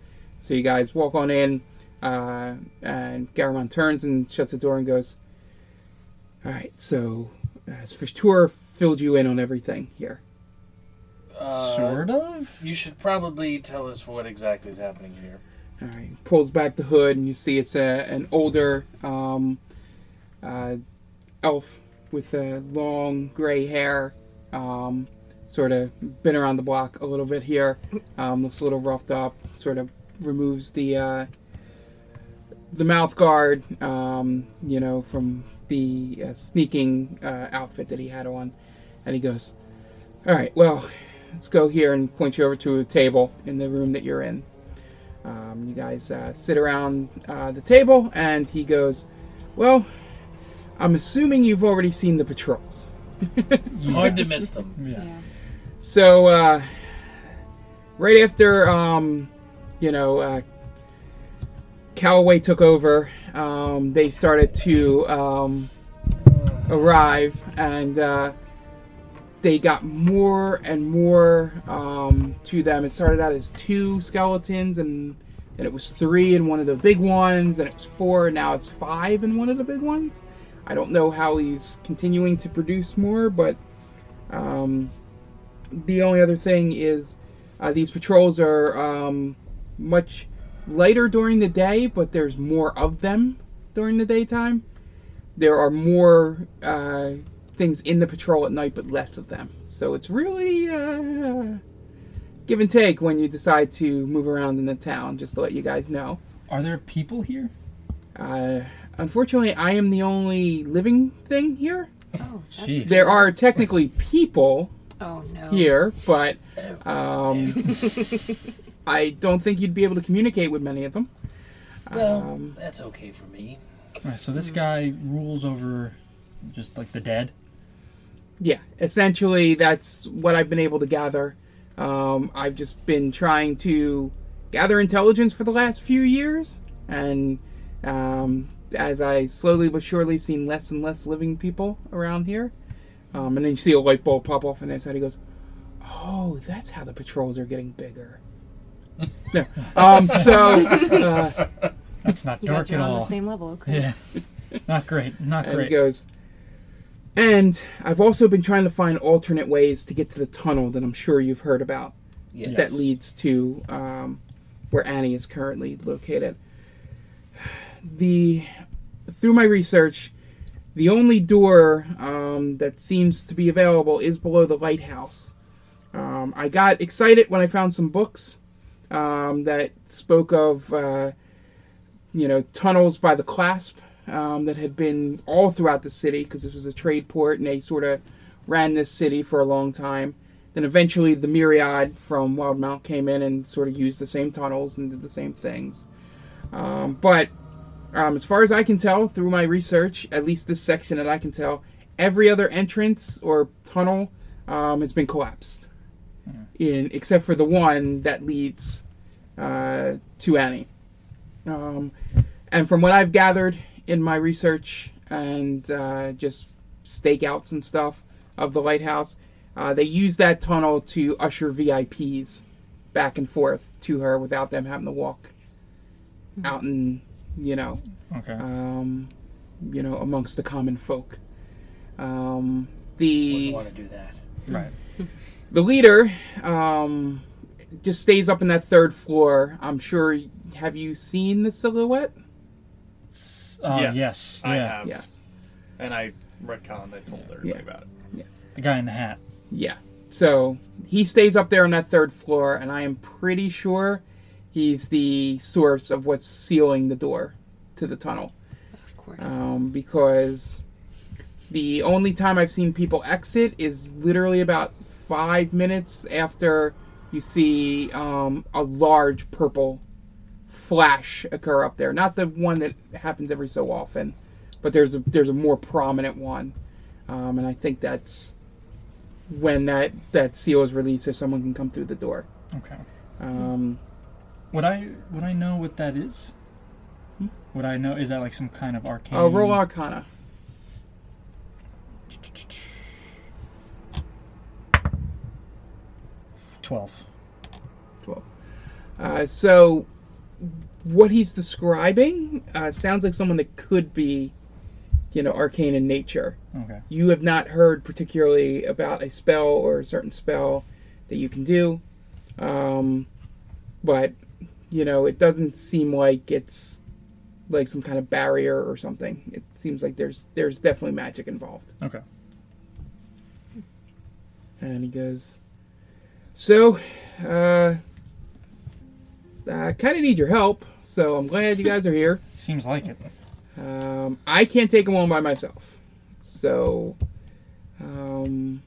S1: So you guys walk on in, uh, and Garamond turns and shuts the door and goes, "All right, so as for tour filled you in on everything here.
S5: Uh,
S2: sort of.
S5: You should probably tell us what exactly is happening here.
S1: All right, pulls back the hood and you see it's a, an older um, uh, elf with a long gray hair, um, sort of been around the block a little bit here. Um, looks a little roughed up. Sort of removes the uh, the mouth guard, um, you know, from the uh, sneaking uh, outfit that he had on, and he goes, "All right, well, let's go here and point you over to a table in the room that you're in." Um, you guys uh, sit around uh, the table, and he goes, "Well, I'm assuming you've already seen the patrols."
S5: Hard to miss them.
S2: Yeah.
S4: Yeah.
S1: So, uh, right after, um, you know, uh, Callaway took over, um, they started to um, arrive, and uh, they got more and more um, to them. It started out as two skeletons, and then it was three in one of the big ones, and it was four, and now it's five in one of the big ones. I don't know how he's continuing to produce more, but um, the only other thing is uh, these patrols are um, much lighter during the day, but there's more of them during the daytime. There are more uh, things in the patrol at night, but less of them. So it's really uh, give and take when you decide to move around in the town, just to let you guys know.
S2: Are there people here?
S1: Uh, unfortunately, I am the only living thing here.
S4: Oh, that's-
S2: Jeez.
S1: There are technically people
S4: Oh, no.
S1: here, but um, I don't think you'd be able to communicate with many of them.
S5: well,
S1: Um,
S5: that's okay for me.
S2: All right, so
S4: Hmm.
S2: this guy rules over just like the dead.
S1: yeah, essentially that's what I've been able to gather. Um, I've just been trying to gather intelligence for the last few years, and um, as I slowly but surely seen less and less living people around here, um, and then you see a light bulb pop off on the side. He goes, "Oh, that's how the patrols are getting bigger." Um, so, uh,
S2: That's not
S4: You
S2: dark
S4: guys
S2: at
S4: are on the
S2: all.
S4: same level. Okay.
S2: Yeah. Not great. Not
S1: and he
S2: great.
S1: goes, and I've also been trying to find alternate ways to get to the tunnel that I'm sure you've heard about
S5: Yes.
S1: that leads to um, where Annie is currently located. The through my research, the only door um, that seems to be available is below the lighthouse. Um, I got excited when I found some books um, that spoke of uh, you know tunnels by the clasp um, that had been all throughout the city because this was a trade port and they sort of ran this city for a long time. Then eventually the Myriad from Wild Mount came in and sort of used the same tunnels and did the same things. Um, but um, as far as I can tell through my research, at least this section that I can tell, every other entrance or tunnel um, has been collapsed,
S2: Mhm.
S1: in except for the one that leads uh, to Annie. Um, and from what I've gathered in my research and uh, just stakeouts and stuff of the lighthouse, uh, they use that tunnel to usher VIPs back and forth to her without them having to walk out and you know
S2: Okay.
S1: um, you know amongst the common folk. Um, the
S5: Wouldn't want to do that.
S2: right.
S1: the leader um, just stays up in that third floor. I'm sure. Have you seen the silhouette?
S2: Uh, yes.
S3: I
S2: yeah.
S3: have.
S1: Yes.
S3: And I retconned. I told everybody
S1: Yeah.
S3: about it.
S2: The guy in the hat.
S1: Yeah. So he stays up there on that third floor, and I am pretty sure he's the source of what's sealing the door to the tunnel.
S4: Of course.
S1: Um, because the only time I've seen people exit is literally about five minutes after you see um, a large purple flash occur up there. Not the one that happens every so often, but there's a there's a more prominent one, um, and I think that's when that that seal is released, so someone can come through the door.
S2: Okay.
S1: Um,
S2: Would I would I know what that is? Hmm? Would I know? Is that like some kind of arcane?
S1: uh, roll Arcana.
S2: Twelve.
S1: Uh, so, what he's describing uh, sounds like someone that could be, you know, arcane in nature.
S2: Okay.
S1: You have not heard particularly about a spell or a certain spell that you can do, um, but you know, it doesn't seem like it's like some kind of barrier or something. It seems like there's there's definitely magic involved.
S2: Okay.
S1: And he goes, So, uh, I kind of need your help, so I'm glad you guys are here.
S2: Seems like it.
S1: Um, I can't take them on by myself. So, um,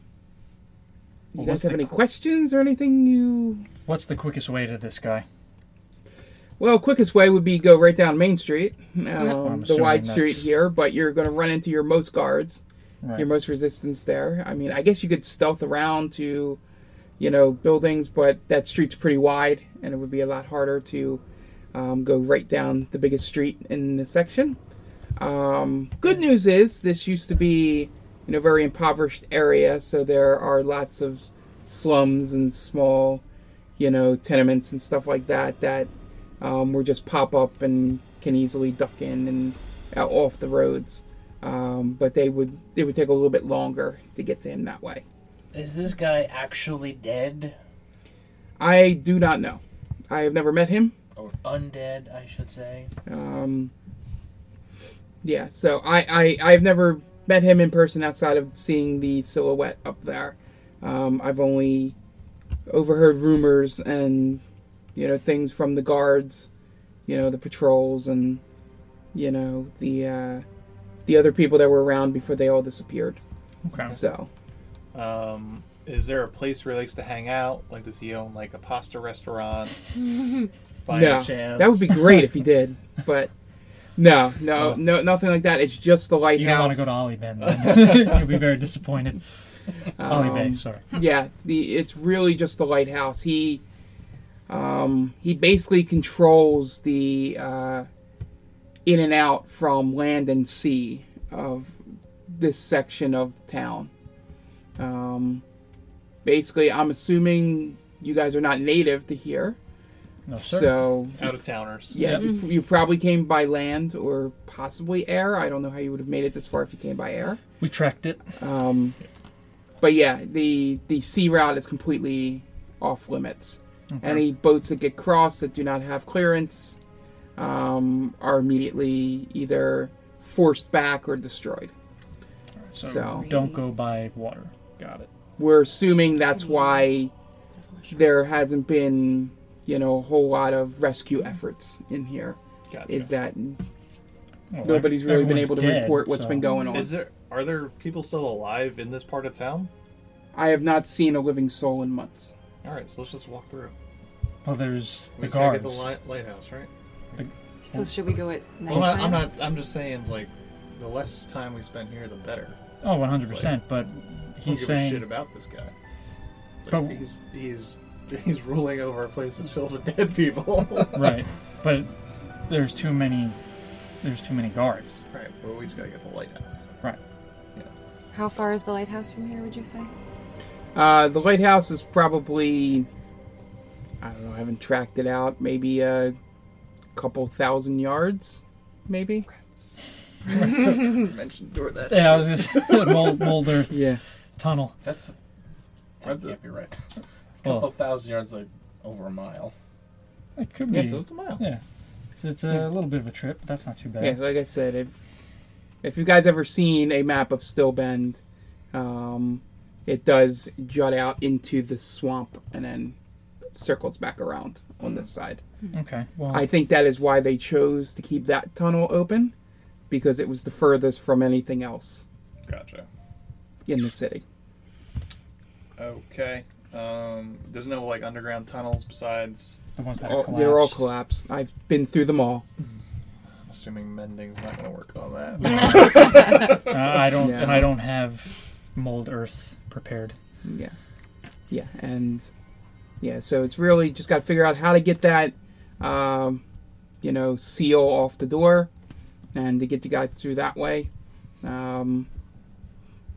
S1: you
S2: Well,
S1: guys
S2: what's
S1: have
S2: the
S1: any
S2: qu-
S1: questions or anything you.
S2: What's the quickest way to this guy?
S1: Well, quickest way would be go right down Main Street,
S2: I'm
S1: um, the
S2: assuming
S1: wide
S2: that's-
S1: street here, but you're going to run into your most guards.
S2: Right.
S1: your most resistance there. I mean, I guess you could stealth around to, you know, buildings, but that street's pretty wide, and it would be a lot harder to um, go right down the biggest street in the section. Um, good news is this used to be, you know, very impoverished area, so there are lots of slums and small, you know, tenements and stuff like that that um, were just pop up and can easily duck in and out off the roads um, but they would it would take a little bit longer to get to him that way.
S5: Is this guy actually dead
S1: I do not know. I have never met him.
S5: or undead? I should say.
S1: Um, yeah, so I, I I've never met him in person outside of seeing the silhouette up there. Um, I've only overheard rumors and you know things from the guards, you know the patrols and you know the uh, the other people that were around before they all disappeared.
S2: Okay.
S1: So
S3: Um, is there a place where he likes to hang out? Like, does he own like a pasta restaurant? By
S1: No.
S3: any chance?
S1: That would be great if he did, but no, no,
S2: Oh.
S1: no, nothing like that. It's just the lighthouse.
S2: You don't want to go to Ollie Ben. Then. You'll be very disappointed. Ollie Bay,
S1: Um,
S2: sorry.
S1: yeah, the it's really just the lighthouse. He, um, he basically controls the uh, in and out from land and sea of this section of town. Um, basically, I'm assuming you guys are not native to here.
S2: No, sir.
S1: so
S3: Out of towners.
S1: yeah,
S2: Yep.
S1: you, you probably came by land or possibly air. I don't know how you would have made it this far if you came by air.
S2: we tracked it.
S1: Um, but yeah, the the sea route is completely off limits.
S2: Okay.
S1: Any boats that get crossed that do not have clearance um, are immediately either forced back or destroyed.
S2: so,
S1: so-
S2: don't go by water. Got it.
S1: We're assuming that's
S2: Mm-hmm.
S1: why there hasn't been, you know, a whole lot of
S2: Mm-hmm.
S1: rescue efforts in here.
S3: Gotcha.
S1: Is that
S2: Well,
S1: nobody's really been
S2: everyone's
S1: able to
S2: dead,
S1: report what's
S2: so-
S1: been going on?
S3: Is there are there people still alive in this part of town?
S1: I have not seen a living soul in months.
S3: All right, so let's just walk through.
S2: Well, there's
S3: We
S2: the
S3: just gotta
S2: guards.
S3: get the light, lighthouse, right?
S4: So should we go at
S3: Well, I'm
S4: nighttime?
S3: not, I'm not. I'm just saying, like, the less time we spend here, the better.
S2: Oh, 100%. But
S3: I don't
S2: he's
S3: give a
S2: saying
S3: shit about this guy. Like,
S2: But-
S3: he's he's he's ruling over a place that's filled with dead people.
S2: right, but there's too many. There's too many guards.
S3: Right. Well, we just gotta get the lighthouse.
S4: How far is the lighthouse from here? Would you say?
S1: Uh, the lighthouse is probably, I don't know, I haven't tracked it out, maybe a couple thousand yards, maybe?
S3: Mentioned door that.
S2: Yeah, I was just Mul- Mulder
S1: Yeah.
S2: tunnel.
S5: That's.
S3: Right,
S5: That
S3: the-
S5: can't be right. A couple
S2: Well,
S5: thousand yards, like over a mile.
S2: it could be.
S3: Yeah, so it's a mile.
S2: Yeah. So it's a little bit of a trip. But that's not too bad.
S1: Yeah, like I said, if, if you guys ever seen a map of Stillbend, um, it does jut out into the swamp and then circles back around on this side.
S2: Okay. Well,
S1: I think that is why they chose to keep that tunnel open, because it was the furthest from anything else
S3: Gotcha.
S1: in the city.
S3: Okay. Um, there's no like underground tunnels besides.
S2: the ones that
S1: All-
S2: are
S1: they're all collapsed. I've been through them all.
S3: I'm assuming mending's not gonna work on
S2: Uh,
S3: that.
S2: I don't,
S1: Yeah.
S2: and I don't have mold earth prepared.
S1: Yeah. Yeah, and yeah, so it's really just got to figure out how to get that, um, you know, seal off the door, and to get the guy through that way. Um,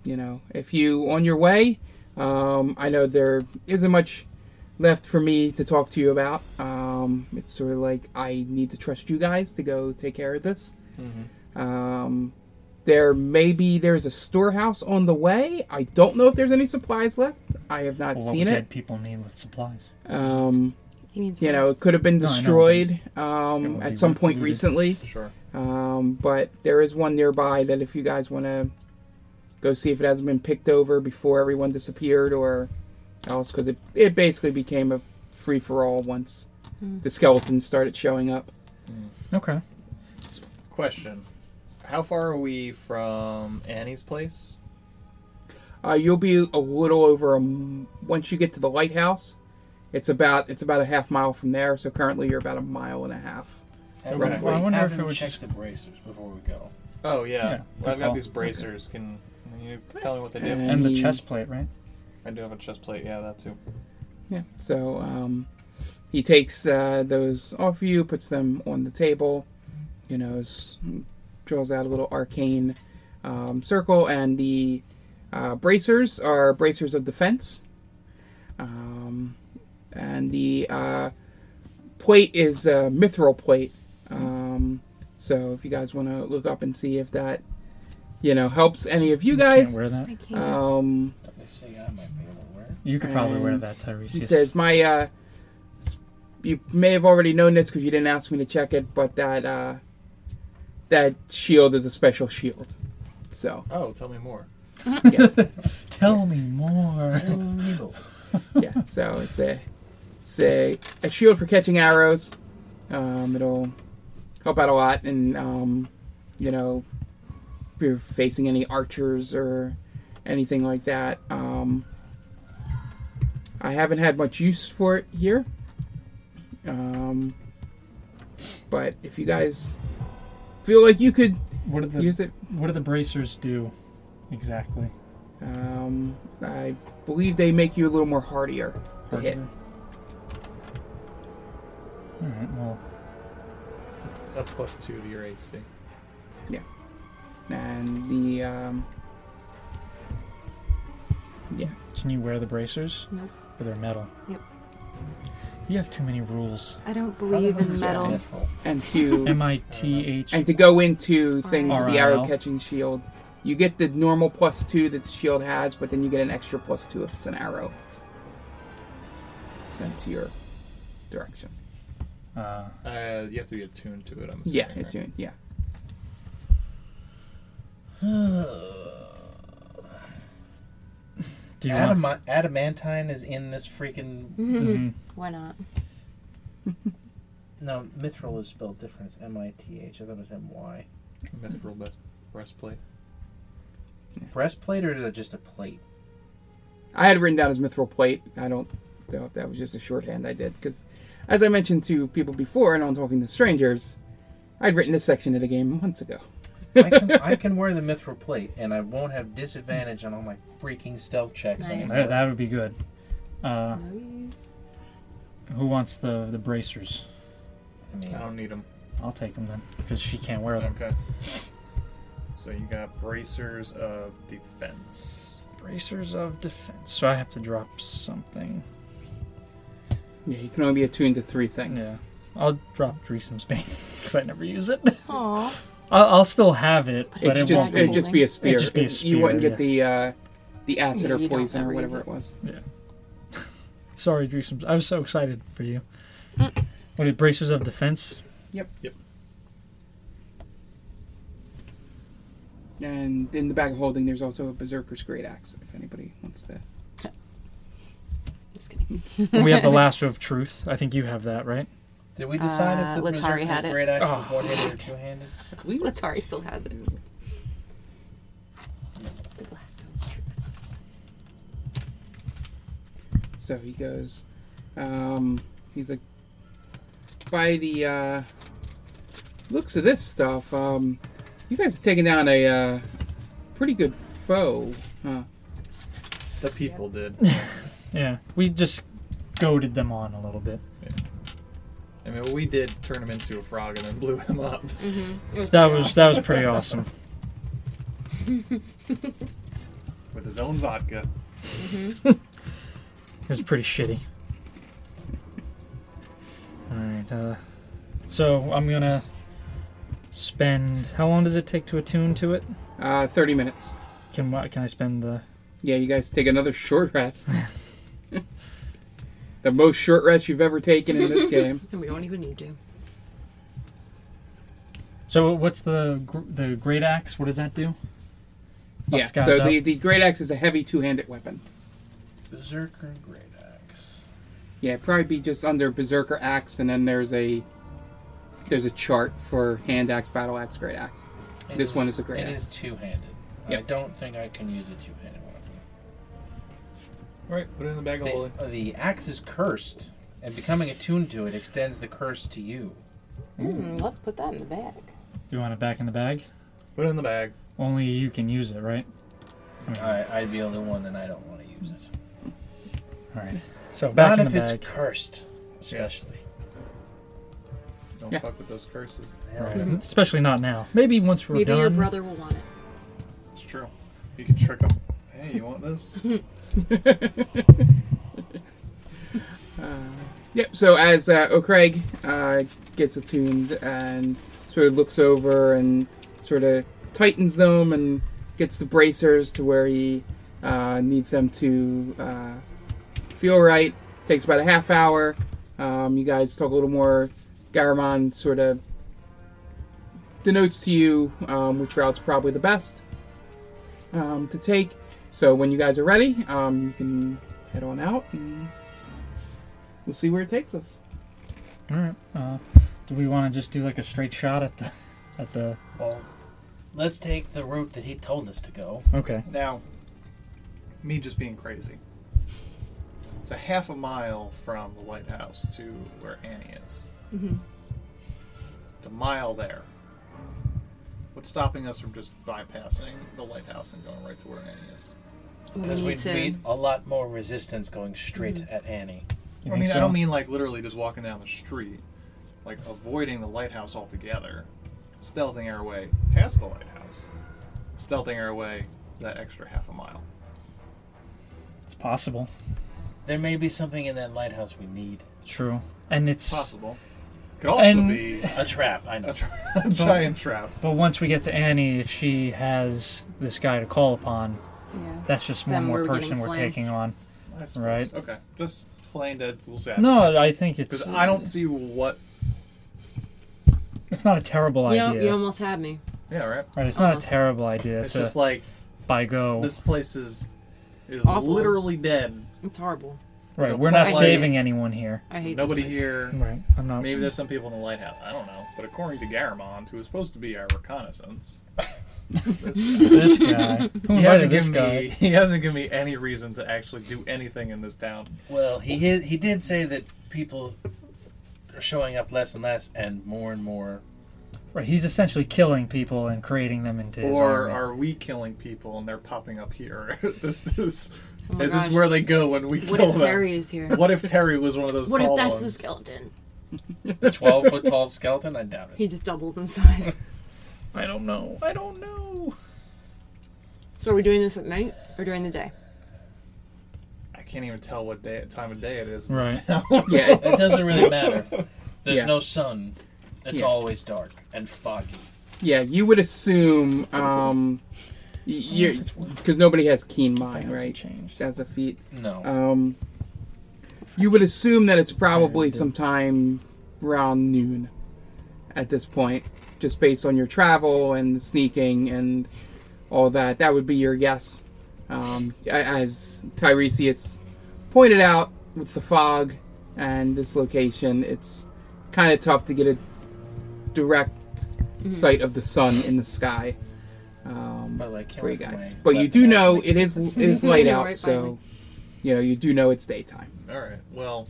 S1: you know, if you on your way, um, I know there isn't much left for me to talk to you about. Um, it's sort of like I need to trust you guys to go take care of this.
S3: Mhm.
S1: Um, there may be there's a storehouse on the way. I don't know if there's any supplies left. I have not
S2: Well, what
S1: seen
S2: would
S1: it.
S2: dead people need with supplies.
S1: Um,
S4: He means
S1: you know,
S4: rest.
S1: it could have been
S2: No, I know.
S1: destroyed
S2: It
S1: um,
S2: would be
S1: at some point
S2: looted.
S1: recently.
S3: sure.
S1: Um, but there is one nearby that if you guys want to go see if it hasn't been picked over before everyone disappeared or else, because it, it basically became a free for all once
S4: Mm.
S1: the skeletons started showing up.
S2: Okay.
S3: Question: How far are we from Annie's place?
S1: Uh, you'll be a little over a m- once you get to the lighthouse. It's about it's about a half mile from there. So currently you're about a mile and a half.
S5: Have
S1: Right.
S5: them-
S1: Well, I
S2: wonder
S5: have
S2: if it
S5: them
S2: was
S5: check
S2: just-
S5: the bracers before we go.
S3: Oh yeah,
S2: Yeah,
S3: Well, I've
S2: good
S3: got
S2: call.
S3: these bracers. Can you tell me what they do?
S1: And-
S2: And the
S1: he-
S2: chest plate, right?
S3: I do have a chest plate. Yeah, that too.
S1: Yeah. So um, he takes uh, those off you, puts them on the table. You know, s- draws out a little arcane um, circle, and the uh, bracers are bracers of defense. Um, and the uh, plate is a mithril plate. Um, so if you guys want to look up and see if that, you know, helps any of you
S2: Can't
S1: guys.
S2: wear that.
S4: I can't.
S2: uh,
S1: Um,
S5: Let me see. I might be able to wear.
S2: You could probably wear
S1: And
S2: that, Tyrese.
S1: He
S2: Yes.
S1: says, "My, uh, you may have already known this because you didn't ask me to check it, but that uh, that shield is a special shield. So
S3: Oh, tell me more.
S1: yeah,
S2: Tell me more.
S1: yeah. So it's a it's a, a shield for catching arrows. Um, it'll help out a lot, and um, you know, if you're facing any archers or anything like that. Um, I haven't had much use for it here. Um, but if you guys feel like you could
S2: What are the
S1: use it,
S2: What do the bracers do exactly?
S1: um, I believe they make you a little more hardier. to hit.
S2: All right. Well,
S3: A plus two to your AC.
S1: and the um, yeah,
S2: can you wear the bracers?
S4: Nope.
S2: Or they're metal.
S4: Yep.
S2: You have too many rules.
S4: I don't believe in metal.
S1: and to
S2: M I T H.
S1: and to go into things with the
S2: RIL.
S1: arrow catching shield. You get the normal plus two that the shield has, but then you get an extra plus two if it's an arrow sent to your direction.
S2: Uh,
S3: Uh, you have to be attuned to it. I'm assuming.
S1: Yeah,
S3: right?
S1: attuned. Yeah.
S2: do you want?
S5: Adama- adamantine is in this freaking.
S4: Mhm.
S2: Mhm.
S4: Why not?
S5: No, mithril is spelled different. It's M I T H. I thought it was M Y.
S3: Mithril best breastplate.
S5: Breastplate or is it just a plate?
S1: I had written down as mithril plate. I don't know if that was just a shorthand I did because, as I mentioned to people before, and I'm talking to strangers, I'd written this section of the game months ago.
S5: I can, I can wear the mithril plate and I won't have disadvantage on all my freaking stealth checks
S4: Nice.
S5: anymore.
S2: That, that would be good. Uh,
S4: Nice.
S2: who wants the the bracers?
S5: I mean,
S3: I don't need them.
S2: I'll take them then, because she can't wear them.
S3: Okay. So you got bracers of defense.
S2: Bracers of defense. So I have to drop something.
S1: Yeah, you can only be attuned to three things.
S2: Yeah. I'll drop Dreesom's Bane because I never use it.
S4: Aw.
S2: I'll, I'll still have it, but
S1: It's
S2: it
S1: just
S2: won't be.
S1: it'd just be a spear.
S2: It'd just be a
S1: You wouldn't
S2: spear,
S1: get the uh, the acid
S4: Yeah,
S1: or
S4: you don't
S1: poison or
S4: ever use
S1: whatever
S4: it.
S1: it was.
S2: Sorry, Dreesom's. I was so excited for you.
S4: Mm.
S2: What it bracers of defense?
S1: And in the bag of holding, there's also a Berserker's Great Axe, if anybody wants to.
S4: Just kidding.
S2: we have the lasso of truth. I think you have that, right?
S5: Did we decide
S4: Uh,
S5: if the
S4: Latari
S5: berserker's
S4: had it.
S5: great axe was
S2: Oh.
S5: one-handed or two-handed?
S1: I believe it's-
S4: Latari still has it. The glass.
S1: So he goes, um, he's like, by the uh, looks of this stuff, um, you guys have taken down a uh, pretty good foe.
S3: The people did.
S2: yeah. We just goaded them on a little bit.
S3: I mean, we did turn him into a frog and then blew him up.
S4: Mhm.
S2: Mm-hmm. That was that was pretty awesome.
S3: with his own vodka.
S4: Mm-hmm.
S2: It was pretty shitty. Alright, uh, so I'm gonna spend. How long does it take to attune to it?
S1: Uh, 30 minutes.
S2: Can wha- can I spend the?
S1: Yeah, you guys take another short rest. the most short rest you've ever taken in this game.
S4: And we don't even need to.
S2: So what's the gr- the great axe? What does that do?
S1: yeah,
S2: Fucks guys
S1: so
S2: up.
S1: the, the Great Axe is a heavy two handed weapon.
S5: Berserker great axe.
S1: Yeah, it'd probably be just under Berserker Axe, and then there's a there's a chart for hand axe, battle axe, great axe.
S5: It
S1: This one is a great
S5: It
S1: axe.
S5: is two-handed. I
S1: Yep.
S5: don't think I can use a two-handed one.
S3: All right, put it in the bag of
S5: The,
S3: holding.
S5: uh, the axe is cursed, and becoming attuned to it extends the curse to you.
S4: Mm, let's put that in the bag.
S2: Do you want it back in the bag?
S3: Put it in the bag.
S2: Only you can use it, right?
S1: Mm-hmm.
S5: I, I'd be the only one, and I don't want to use it.
S2: All right. So back
S5: Not
S2: in
S5: if
S2: the bag.
S5: it's cursed, especially.
S3: Don't
S1: Yeah.
S3: fuck with those curses.
S2: Right.
S4: Mhm.
S2: Especially not now. Maybe once we're
S4: Maybe
S2: done.
S4: your brother will want it.
S3: It's true. You can trick them. Hey, you want this?
S1: Uh, yep. So as uh, O'Craig uh, gets attuned and sort of looks over and sort of tightens them and gets the bracers to where he uh, needs them to uh, feel right. Takes about a half hour. Um, you guys talk a little more. Garamond sort of denotes to you um, which route's probably the best um, to take. So when you guys are ready, um, you can head on out and uh, we'll see where it takes us.
S2: All right. Uh, do we want to just do like a straight shot at the at the?
S5: Well, let's take the route that he told us to go.
S2: Okay.
S3: Now, me just being crazy. It's a half a mile from the lighthouse to where Annie is.
S4: Mhm.
S3: It's a mile there. What's stopping us from just bypassing the lighthouse and going right to where Annie is?
S5: Because
S4: need
S5: we'd
S4: to-
S5: meet a lot more resistance going straight
S4: Mm.
S5: at Annie.
S2: You
S3: I
S2: think
S3: mean, I
S2: so?
S3: don't mean like literally just walking down the street, like avoiding the lighthouse altogether, stealthing our way past the lighthouse, stealthing our way that extra half a mile.
S2: It's possible.
S5: There may be something in that lighthouse we need.
S2: True. And it's
S3: Possible. Could also
S2: And-
S3: be
S5: A trap, I know.
S3: a, tra- a giant trap.
S2: But once we get to Annie, if she has this guy to call upon,
S4: Yeah.
S2: that's just one
S4: Then
S2: more
S4: we're getting
S2: person we're
S4: flanked.
S2: taking on.
S3: I suppose.
S2: Right.
S3: Okay. Just plain dead fool's advocate.
S2: No, I think it's.
S3: Because I don't see what.
S2: It's not a terrible
S4: You,
S2: idea.
S4: you almost had me.
S3: Yeah, right.
S2: right, it's not a Oh.
S4: almost.
S2: terrible idea
S3: it's
S2: to
S3: just like
S2: buy go.
S3: this place is is
S4: Awful.
S3: literally dead.
S4: It's horrible.
S2: right,
S3: it's
S2: we're
S3: a
S2: not
S4: play.
S2: saving anyone here.
S4: I hate
S3: Nobody
S4: this place.
S3: here.
S2: Right, I'm not.
S3: Maybe there's some people in the lighthouse. I don't know. But according to Garamond, who was supposed to be our reconnaissance,
S2: this guy. Who
S4: Oh
S3: he
S2: invited
S3: hasn't
S2: this
S3: given
S2: guy?
S3: me he hasn't given me any reason to actually do anything in this town.
S5: Well, he is, he did say that people are showing up less and less, and more and more.
S2: Right, he's essentially killing people and creating them into. His
S3: Or
S2: army.
S3: are we killing people and they're popping up here? this is
S4: Oh my
S3: this
S4: gosh.
S3: is where they go when we
S4: What
S3: kill
S4: if
S3: them.
S4: Terry is here?
S3: What if Terry was one of those
S4: What
S3: tall
S4: if that's the
S3: ones?
S4: skeleton?
S5: The 12 foot tall skeleton? I doubt it.
S4: He just doubles in size.
S2: I don't know. I don't know.
S4: So are we doing this at night or during the day?
S3: I can't even tell what day time of day it is.
S2: Right.
S1: Yeah,
S3: yeah,
S1: it's-
S5: It doesn't really matter. There's
S1: Yeah.
S5: no sun. It's
S1: Yeah.
S5: always dark and foggy.
S1: Yeah, you would assume um, you because nobody has keen mind, right?
S2: Changed.
S1: As a feat,
S5: No.
S1: um, you would assume that it's probably
S2: Yeah.
S1: sometime around noon at this point, just based on your travel and sneaking and all that. That would be your guess. Um, a- as Tiresias pointed out, with the fog and this location, it's kind of tough to get a direct sight of the sun in the sky. Um,
S5: But, like, can't
S1: for you
S5: wait for
S1: guys.
S5: my
S1: But you
S5: weapon
S1: do
S5: to
S1: know
S5: actually
S1: it is it is
S4: I
S1: light
S4: know,
S1: out,
S4: right,
S1: so
S4: finally.
S1: you know you do know it's daytime.
S3: All right. Well,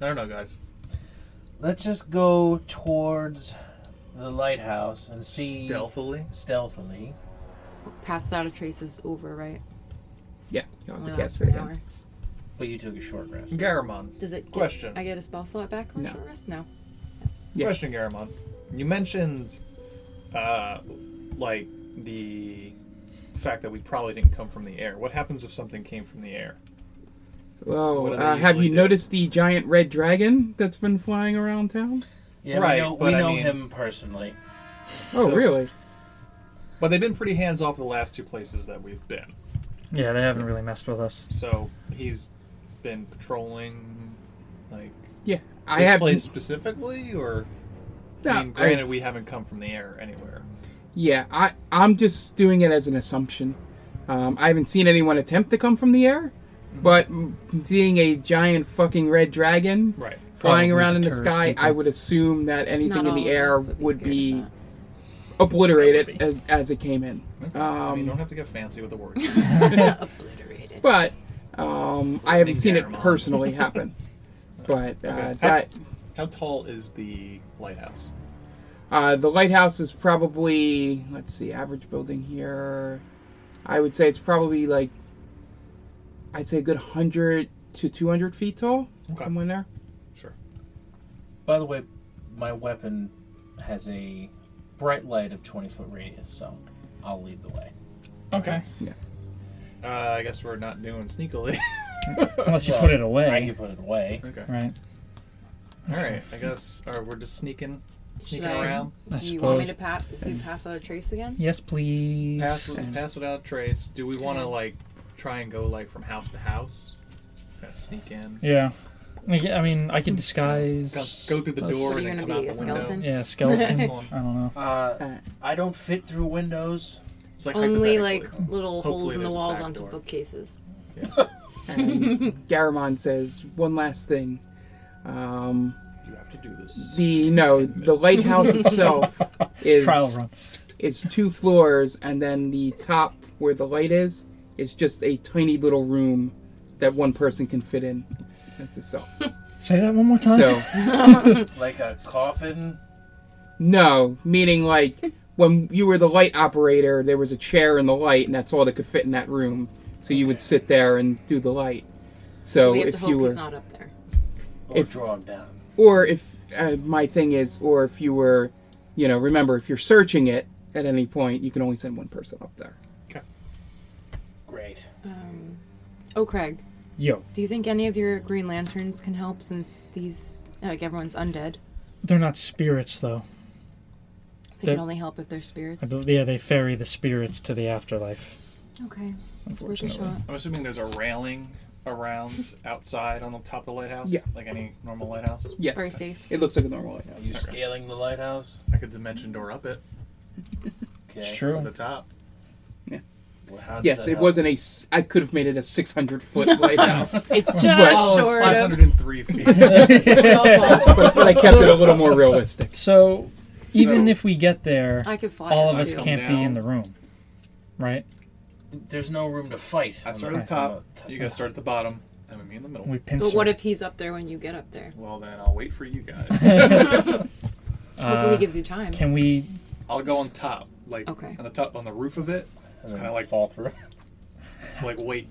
S3: I don't know, guys.
S5: Let's just go towards the lighthouse and see
S3: Stealthily.
S5: stealthily.
S4: Passed out of traces over, right?
S1: Yeah, you don't have
S4: Only
S1: to cast
S4: lasts
S1: it
S4: for an
S1: again.
S4: hour.
S5: But you took a short rest.
S3: Garamond.
S4: Does it? Get,
S3: Question.
S4: I get a spell slot back on
S1: No.
S4: short rest? No.
S1: Yeah.
S3: Question, Garamond. You mentioned, uh, like the fact that we probably didn't come from the air. What happens if something came from the air?
S1: Oh,
S3: What do they
S1: uh, have you
S3: usually do?
S1: noticed the giant red dragon that's been flying around town?
S5: Yeah,
S3: Right,
S5: we know,
S3: but
S5: we
S3: I
S5: know
S3: mean-
S5: him personally.
S1: Oh,
S3: So-
S1: really?
S3: But they've been pretty hands off the last two places that we've been.
S2: Yeah, they haven't really messed with us.
S3: So he's been patrolling, like
S1: I
S3: this
S1: have.
S3: place specifically, or
S1: no,
S3: I mean,
S1: I-
S3: granted, we haven't come from the air anywhere.
S1: yeah, I I'm just doing it as an assumption. Um, I haven't seen anyone attempt to come from the air,
S3: Mm-hmm.
S1: but mm, seeing a giant fucking red dragon
S3: Right.
S1: flying
S2: Probably
S1: around in the
S2: deters
S1: sky,
S2: people.
S1: I would assume that anything
S4: Not
S1: in
S4: all
S1: the
S4: of
S1: air
S4: us
S1: would
S4: scared of
S1: be
S4: that.
S1: obliterated
S3: That would
S1: as, as it came in.
S3: Okay. I mean, you don't
S1: Um,
S3: have to get fancy with the words.
S4: obliterated.
S1: but um, I haven't seen it
S3: Garamond.
S1: personally happen. But uh,
S3: Okay.
S1: that
S3: How tall is the lighthouse?
S1: uh, the lighthouse is probably let's see, average building here. I would say it's probably like I'd say a good hundred to two hundred feet tall,
S3: Okay.
S1: somewhere in there.
S5: By the way, my weapon has a bright light of 20 foot radius, so I'll lead the way.
S2: Okay.
S3: Uh, I guess we're not doing sneakily.
S2: Unless you
S5: Well,
S2: put it
S5: I
S2: away.
S5: can put it away.
S3: okay.
S2: Right.
S3: All right. I guess uh, we're just sneaking, sneaking
S4: Should I-
S3: around.
S2: I
S4: do you want me
S2: suppose.
S4: to pa- do pass out of trace again?
S2: Yes, please.
S3: Pass,
S2: And-
S3: pass without trace. Do we want to
S4: Okay.
S3: like try and go like from house to house? Kinda sneak in.
S2: Yeah. I mean, I mean, I could disguise.
S3: Go, go through the
S2: Let's-
S3: door
S4: What are
S3: and
S4: you
S3: then
S4: gonna
S3: come
S4: be,
S3: out
S4: a
S3: the window.
S4: skeleton?
S2: Yeah, skeleton.
S3: Next
S2: I
S3: one.
S2: don't know.
S5: Uh,
S1: Alright.
S5: I don't fit through windows.
S3: It's like
S4: Only like
S3: hypothetically.
S4: little holes
S3: Hopefully
S4: in the
S3: there's a
S4: walls
S3: back
S4: onto
S3: door.
S4: bookcases.
S1: And Garamond says one last thing. Um,
S3: You have to do this.
S1: the no, the lighthouse itself is
S2: Trial run.
S1: It's two floors, and then the top where the light is is just a tiny little room that one person can fit in. That's itself.
S2: Say that one more time.
S1: So
S5: Like a coffin.
S1: no, meaning like when you were the light operator, there was a chair in the light, and that's all that could fit in that room. So you would sit there and do the light. So
S4: we have to
S1: if
S4: hope
S1: you were,
S4: he's not up there.
S5: Or
S1: If-
S5: draw him down.
S1: or if uh, my thing is, or if you were, you know, remember if you're searching it at any point, you can only send one person up there.
S5: Great.
S4: Um, oh, Craig,
S2: Yo,
S4: Do you think any of your Green Lanterns can help since these, like everyone's undead?
S2: they're not spirits though.
S4: They
S2: They're-
S4: can only help if they're
S2: I
S4: spirits.
S2: bel yeah, they ferry the spirits to the afterlife.
S4: Okay, it's worth a
S2: Unfortunately,
S4: shot.
S3: I'm assuming there's a railing around outside on the top of the lighthouse,
S1: Yeah.
S3: like any normal lighthouse.
S1: Yes.
S4: Very safe.
S1: It looks like a normal
S5: Are
S1: lighthouse.
S5: you
S3: Okay.
S5: scaling the lighthouse?
S3: I could dimension door up it
S5: Okay.
S2: it's
S3: to the
S2: true.
S3: top.
S5: Well, how does
S1: Yes,
S5: that
S1: it
S5: help?
S1: wasn't a. s- I could have made it a 600 foot lighthouse,
S4: It's just
S1: But-
S3: Oh, it's
S4: short of.
S3: 503 feet.
S1: but, but I kept it a little more realistic.
S2: So, even
S3: So-
S2: if we get there,
S4: I could fly.
S2: all
S4: it
S2: of us
S4: too.
S3: Come
S2: can't be
S3: down.
S2: in the room, right?
S5: There's no room to fight.
S3: I
S5: on
S3: start at the
S5: on
S3: top. You guys start at the bottom, and we meet in the middle.
S2: We pincer.
S4: But what if he's up there when you get up there?
S3: Well, then I'll wait for you guys.
S2: Uh,
S4: Hopefully, he gives you time.
S2: can we?
S3: I'll go on top, like
S4: Okay.
S3: on the top, on the roof of it.
S5: and then
S3: kinda like-
S5: fall through.
S3: It's like wait.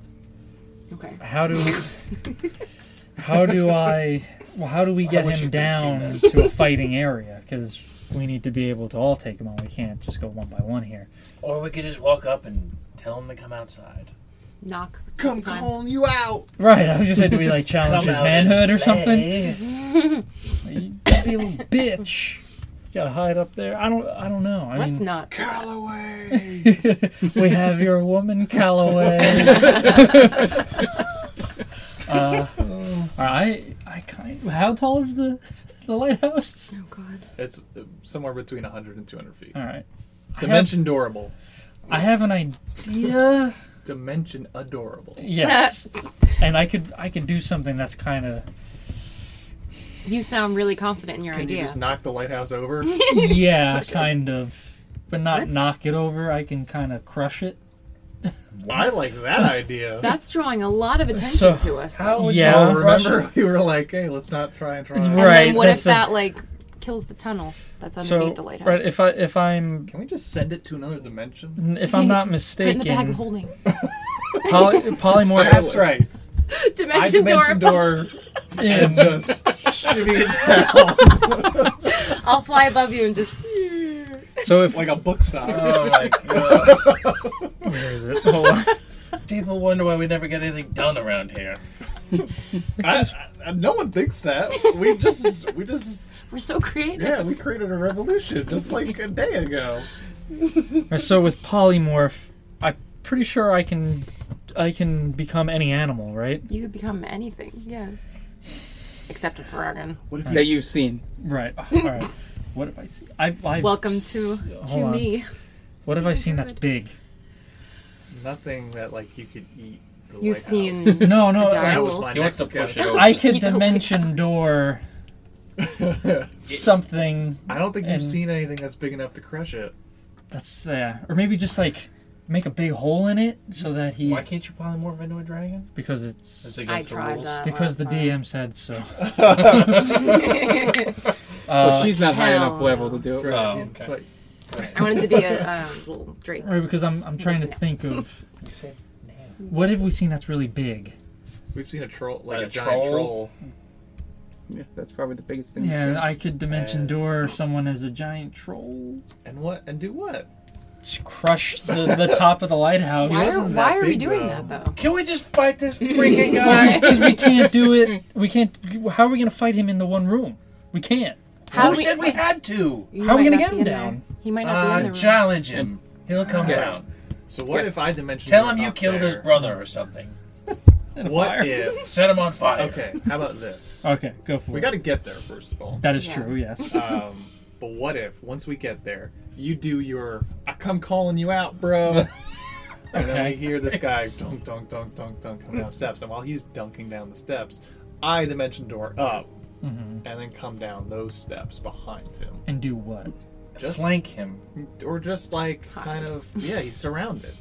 S4: Okay.
S2: How do? How do I? Well, how do we get
S5: wish you
S2: him
S5: could have seen
S2: down
S5: that.
S2: to a fighting area? Because we need to be able to all take him on. We can't just go one by one here.
S5: Or we could just walk up and tell him to come outside.
S4: Knock.
S3: Come
S4: Fine.
S3: calling you out.
S2: Right. I was just saying, do we like challenge
S5: Come
S2: his
S5: out and
S2: manhood or
S5: play.
S2: something? You gotta be a little bitch. You gotta hide up there. I don't. I don't know. I
S4: Let's
S2: mean,
S4: not.
S3: Callaway.
S2: we have your woman, Calloway. uh, all right, I, I kind. How tall is the the lighthouse?
S4: Oh God.
S3: It's uh, somewhere between 100 and 200 feet.
S2: All right.
S3: Dimension adorable.
S2: I have, I have an idea.
S3: Dimension adorable.
S2: Yes. and I could I could do something that's kind of
S4: You sound really confident in your
S3: Can you
S4: idea.
S3: just knock the lighthouse over?
S2: yeah, kind of, but not
S4: Let's-
S2: knock it over. I can kind of crush it.
S3: I like that idea.
S4: That's drawing a lot of attention
S2: So,
S4: to us.
S3: How
S4: though.
S3: would
S2: Yeah. Oh,
S3: y'all remember we were like, hey, let's not try and try.
S4: And
S2: Right,
S4: Then what if
S2: that's a-
S4: that like kills the tunnel that's underneath
S2: so
S4: the lighthouse?
S2: right, if I if I'm
S3: Can we just send it to another dimension?
S2: if I'm not
S4: Put it in the bag of
S2: mistaken,
S4: holding.
S2: poly, polymorph.
S3: That's right. I
S4: dimension door.
S3: dimension door and
S2: Yeah.
S3: just shimmy it down
S4: I'll fly above you and just.
S2: So if
S3: like a book sock.
S5: Oh my God.
S2: where is it? Hold on.
S5: People wonder why we never get anything done around here.
S3: I, I, no one thinks that. We just, we just,
S4: We're so creative.
S3: yeah, we created a revolution just like a day ago.
S2: So with polymorph, I'm pretty sure I can I can become any animal, right?
S4: You could become anything. Yeah. Except a dragon.
S3: What if
S1: That you've seen.
S2: Right. All right. What have I seen? I, I've
S4: Welcome
S2: s-
S4: to
S2: hold
S4: to
S2: on.
S4: me.
S2: What have I seen that's
S4: Good.
S2: big?
S3: nothing that like you could eat? at the
S4: You've
S3: lighthouse?
S4: seen.
S2: No, no.
S4: That
S2: I-
S3: That was
S4: Owl.
S3: my
S5: He wants
S3: next
S5: to push
S3: guess.
S5: it
S2: I
S4: You
S2: could
S4: know,
S2: dimension door something
S3: I don't think
S2: And-
S3: you've seen anything that's big enough to crush it.
S2: that's there, or maybe just like make a big hole in it so that he
S5: Why can't you polymorph into a dragon?
S2: because it's
S5: It's against the
S4: tried
S5: rules.
S4: that.
S2: because the
S4: Wow.
S2: DM said so.
S3: Oh,
S1: Well,
S2: Uh,
S1: she's not high
S4: hell
S1: enough level
S4: no.
S1: to do it.
S5: Oh,
S3: It's
S5: okay.
S3: like-
S4: I wanted to be a um, little Drake.
S2: right, because I'm I'm trying to think of
S5: You said name.
S2: what have we seen that's really big.
S3: We've seen a troll, like
S5: A
S3: a, giant
S5: troll?
S3: troll.
S1: Yeah, that's probably the biggest thing.
S2: Yeah,
S1: you've
S2: and
S1: seen.
S2: I could dimension
S5: Uh,
S2: door someone as a giant troll.
S3: And what? And do what?
S2: Just crush the, the top of the lighthouse.
S4: Why are,
S3: wasn't
S4: why
S3: that
S4: are we
S3: big,
S4: doing
S3: though.
S4: that though?
S5: Can we just fight this freaking guy?
S2: Because we can't do it. We can't. How are we gonna fight him in the one room? We can't.
S4: How
S5: Who
S4: we-
S5: said we had to?
S4: You
S2: How are we gonna
S4: might not
S2: get
S4: be
S2: him
S4: in there.
S2: down?
S4: He might not be in
S5: Uh,
S4: the room.
S5: challenge him. He'll come
S1: Yeah.
S5: down.
S3: So what if I dimension?
S5: Tell
S3: door
S5: him you
S3: up
S5: killed
S3: there?
S5: his brother or something.
S2: In a fire.
S3: What if?
S5: Set him on fire.
S3: Okay, how about this?
S2: Okay, go for
S3: We
S2: it.
S3: got to get there first of all.
S2: That is
S4: Yeah.
S2: true. Yes.
S3: Um, but what if once we get there, you do your "I come calling you out, bro," and then
S2: Okay.
S3: we hear this guy dunk, dunk, dunk, dunk, dunk come down steps, and while he's dunking down the steps, I dimension door up
S2: hmm
S3: and then come down those steps behind him,
S2: And do what?
S3: Just-
S5: Flank him.
S3: or just like
S4: Hide.
S3: kind of yeah, he's surrounded.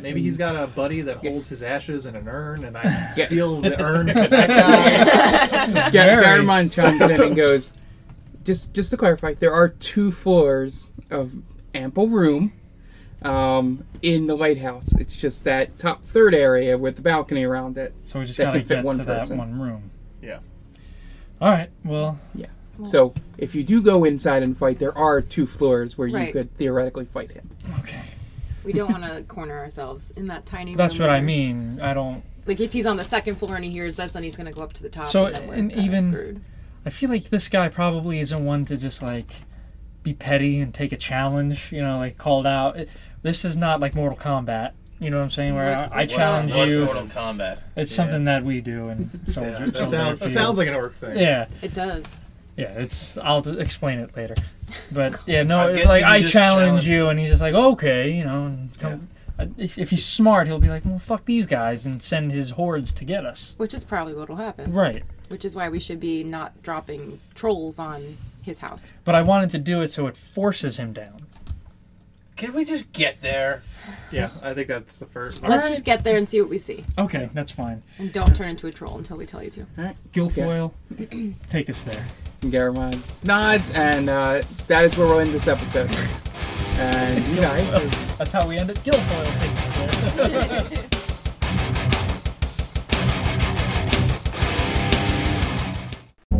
S3: Maybe he's got a buddy that holds his ashes in an urn, and I
S1: Yeah.
S3: steal the urn from that guy.
S1: Yeah,
S2: Very.
S1: Garamond chimes in and goes, just just to clarify, there are two floors of ample room um, in the lighthouse. It's just that top third area with the balcony around it.
S2: So we just
S1: That
S2: gotta
S1: can fit
S2: get
S1: one
S2: to
S1: person.
S2: that one room.
S3: Yeah.
S2: All right. Well,
S1: So if you do go inside and fight, there are two floors where
S4: Right.
S1: you could theoretically fight him.
S2: okay.
S4: we don't want to corner ourselves in that tiny.
S2: That's
S4: room
S2: what I
S4: there.
S2: mean. I don't.
S4: Like if he's on the second floor and he hears this, then he's gonna go up to the top.
S2: So,
S4: and, then we're
S2: and
S4: kinda
S2: even-
S4: screwed.
S2: I feel like this guy probably isn't one to just like be petty and take a challenge, you know, like called out. It- This is not like Mortal Kombat, you know what I'm saying? Where I, I
S5: What's-
S2: challenge
S5: what's
S2: you.
S5: Mortal Kombat.
S2: It's
S5: Yeah.
S2: something that we do in Soldier.
S5: Yeah, that
S2: Soldier
S3: That sounds, that
S2: Field.
S3: sounds like an orc thing.
S2: Yeah,
S4: It does.
S2: yeah. It's I'll d- explain it later. But yeah, no,
S5: I'm
S2: it's
S5: guessing
S2: like
S5: you
S2: I
S5: just
S2: challenge
S5: challenge-
S2: you, and he's just like, okay, you know. And come, if, if he's smart, he'll be like, well, fuck these guys, and send his hordes to get us.
S4: Which is probably what'll happen.
S2: Right.
S4: Which is why we should be not dropping trolls on his house.
S2: But I wanted to do it so it forces him down.
S5: Can we just get there?
S3: Yeah, I think that's the first.
S4: Let's just get there and see what we see,
S2: Okay, that's fine.
S4: and don't turn into a troll until we tell you to.
S1: All right.
S2: Guilfoyle, take us there.
S1: And Garamond nods, and uh, that is where we'll end this episode. And you guys.
S2: That's how we end it. Guilfoyle, take us there.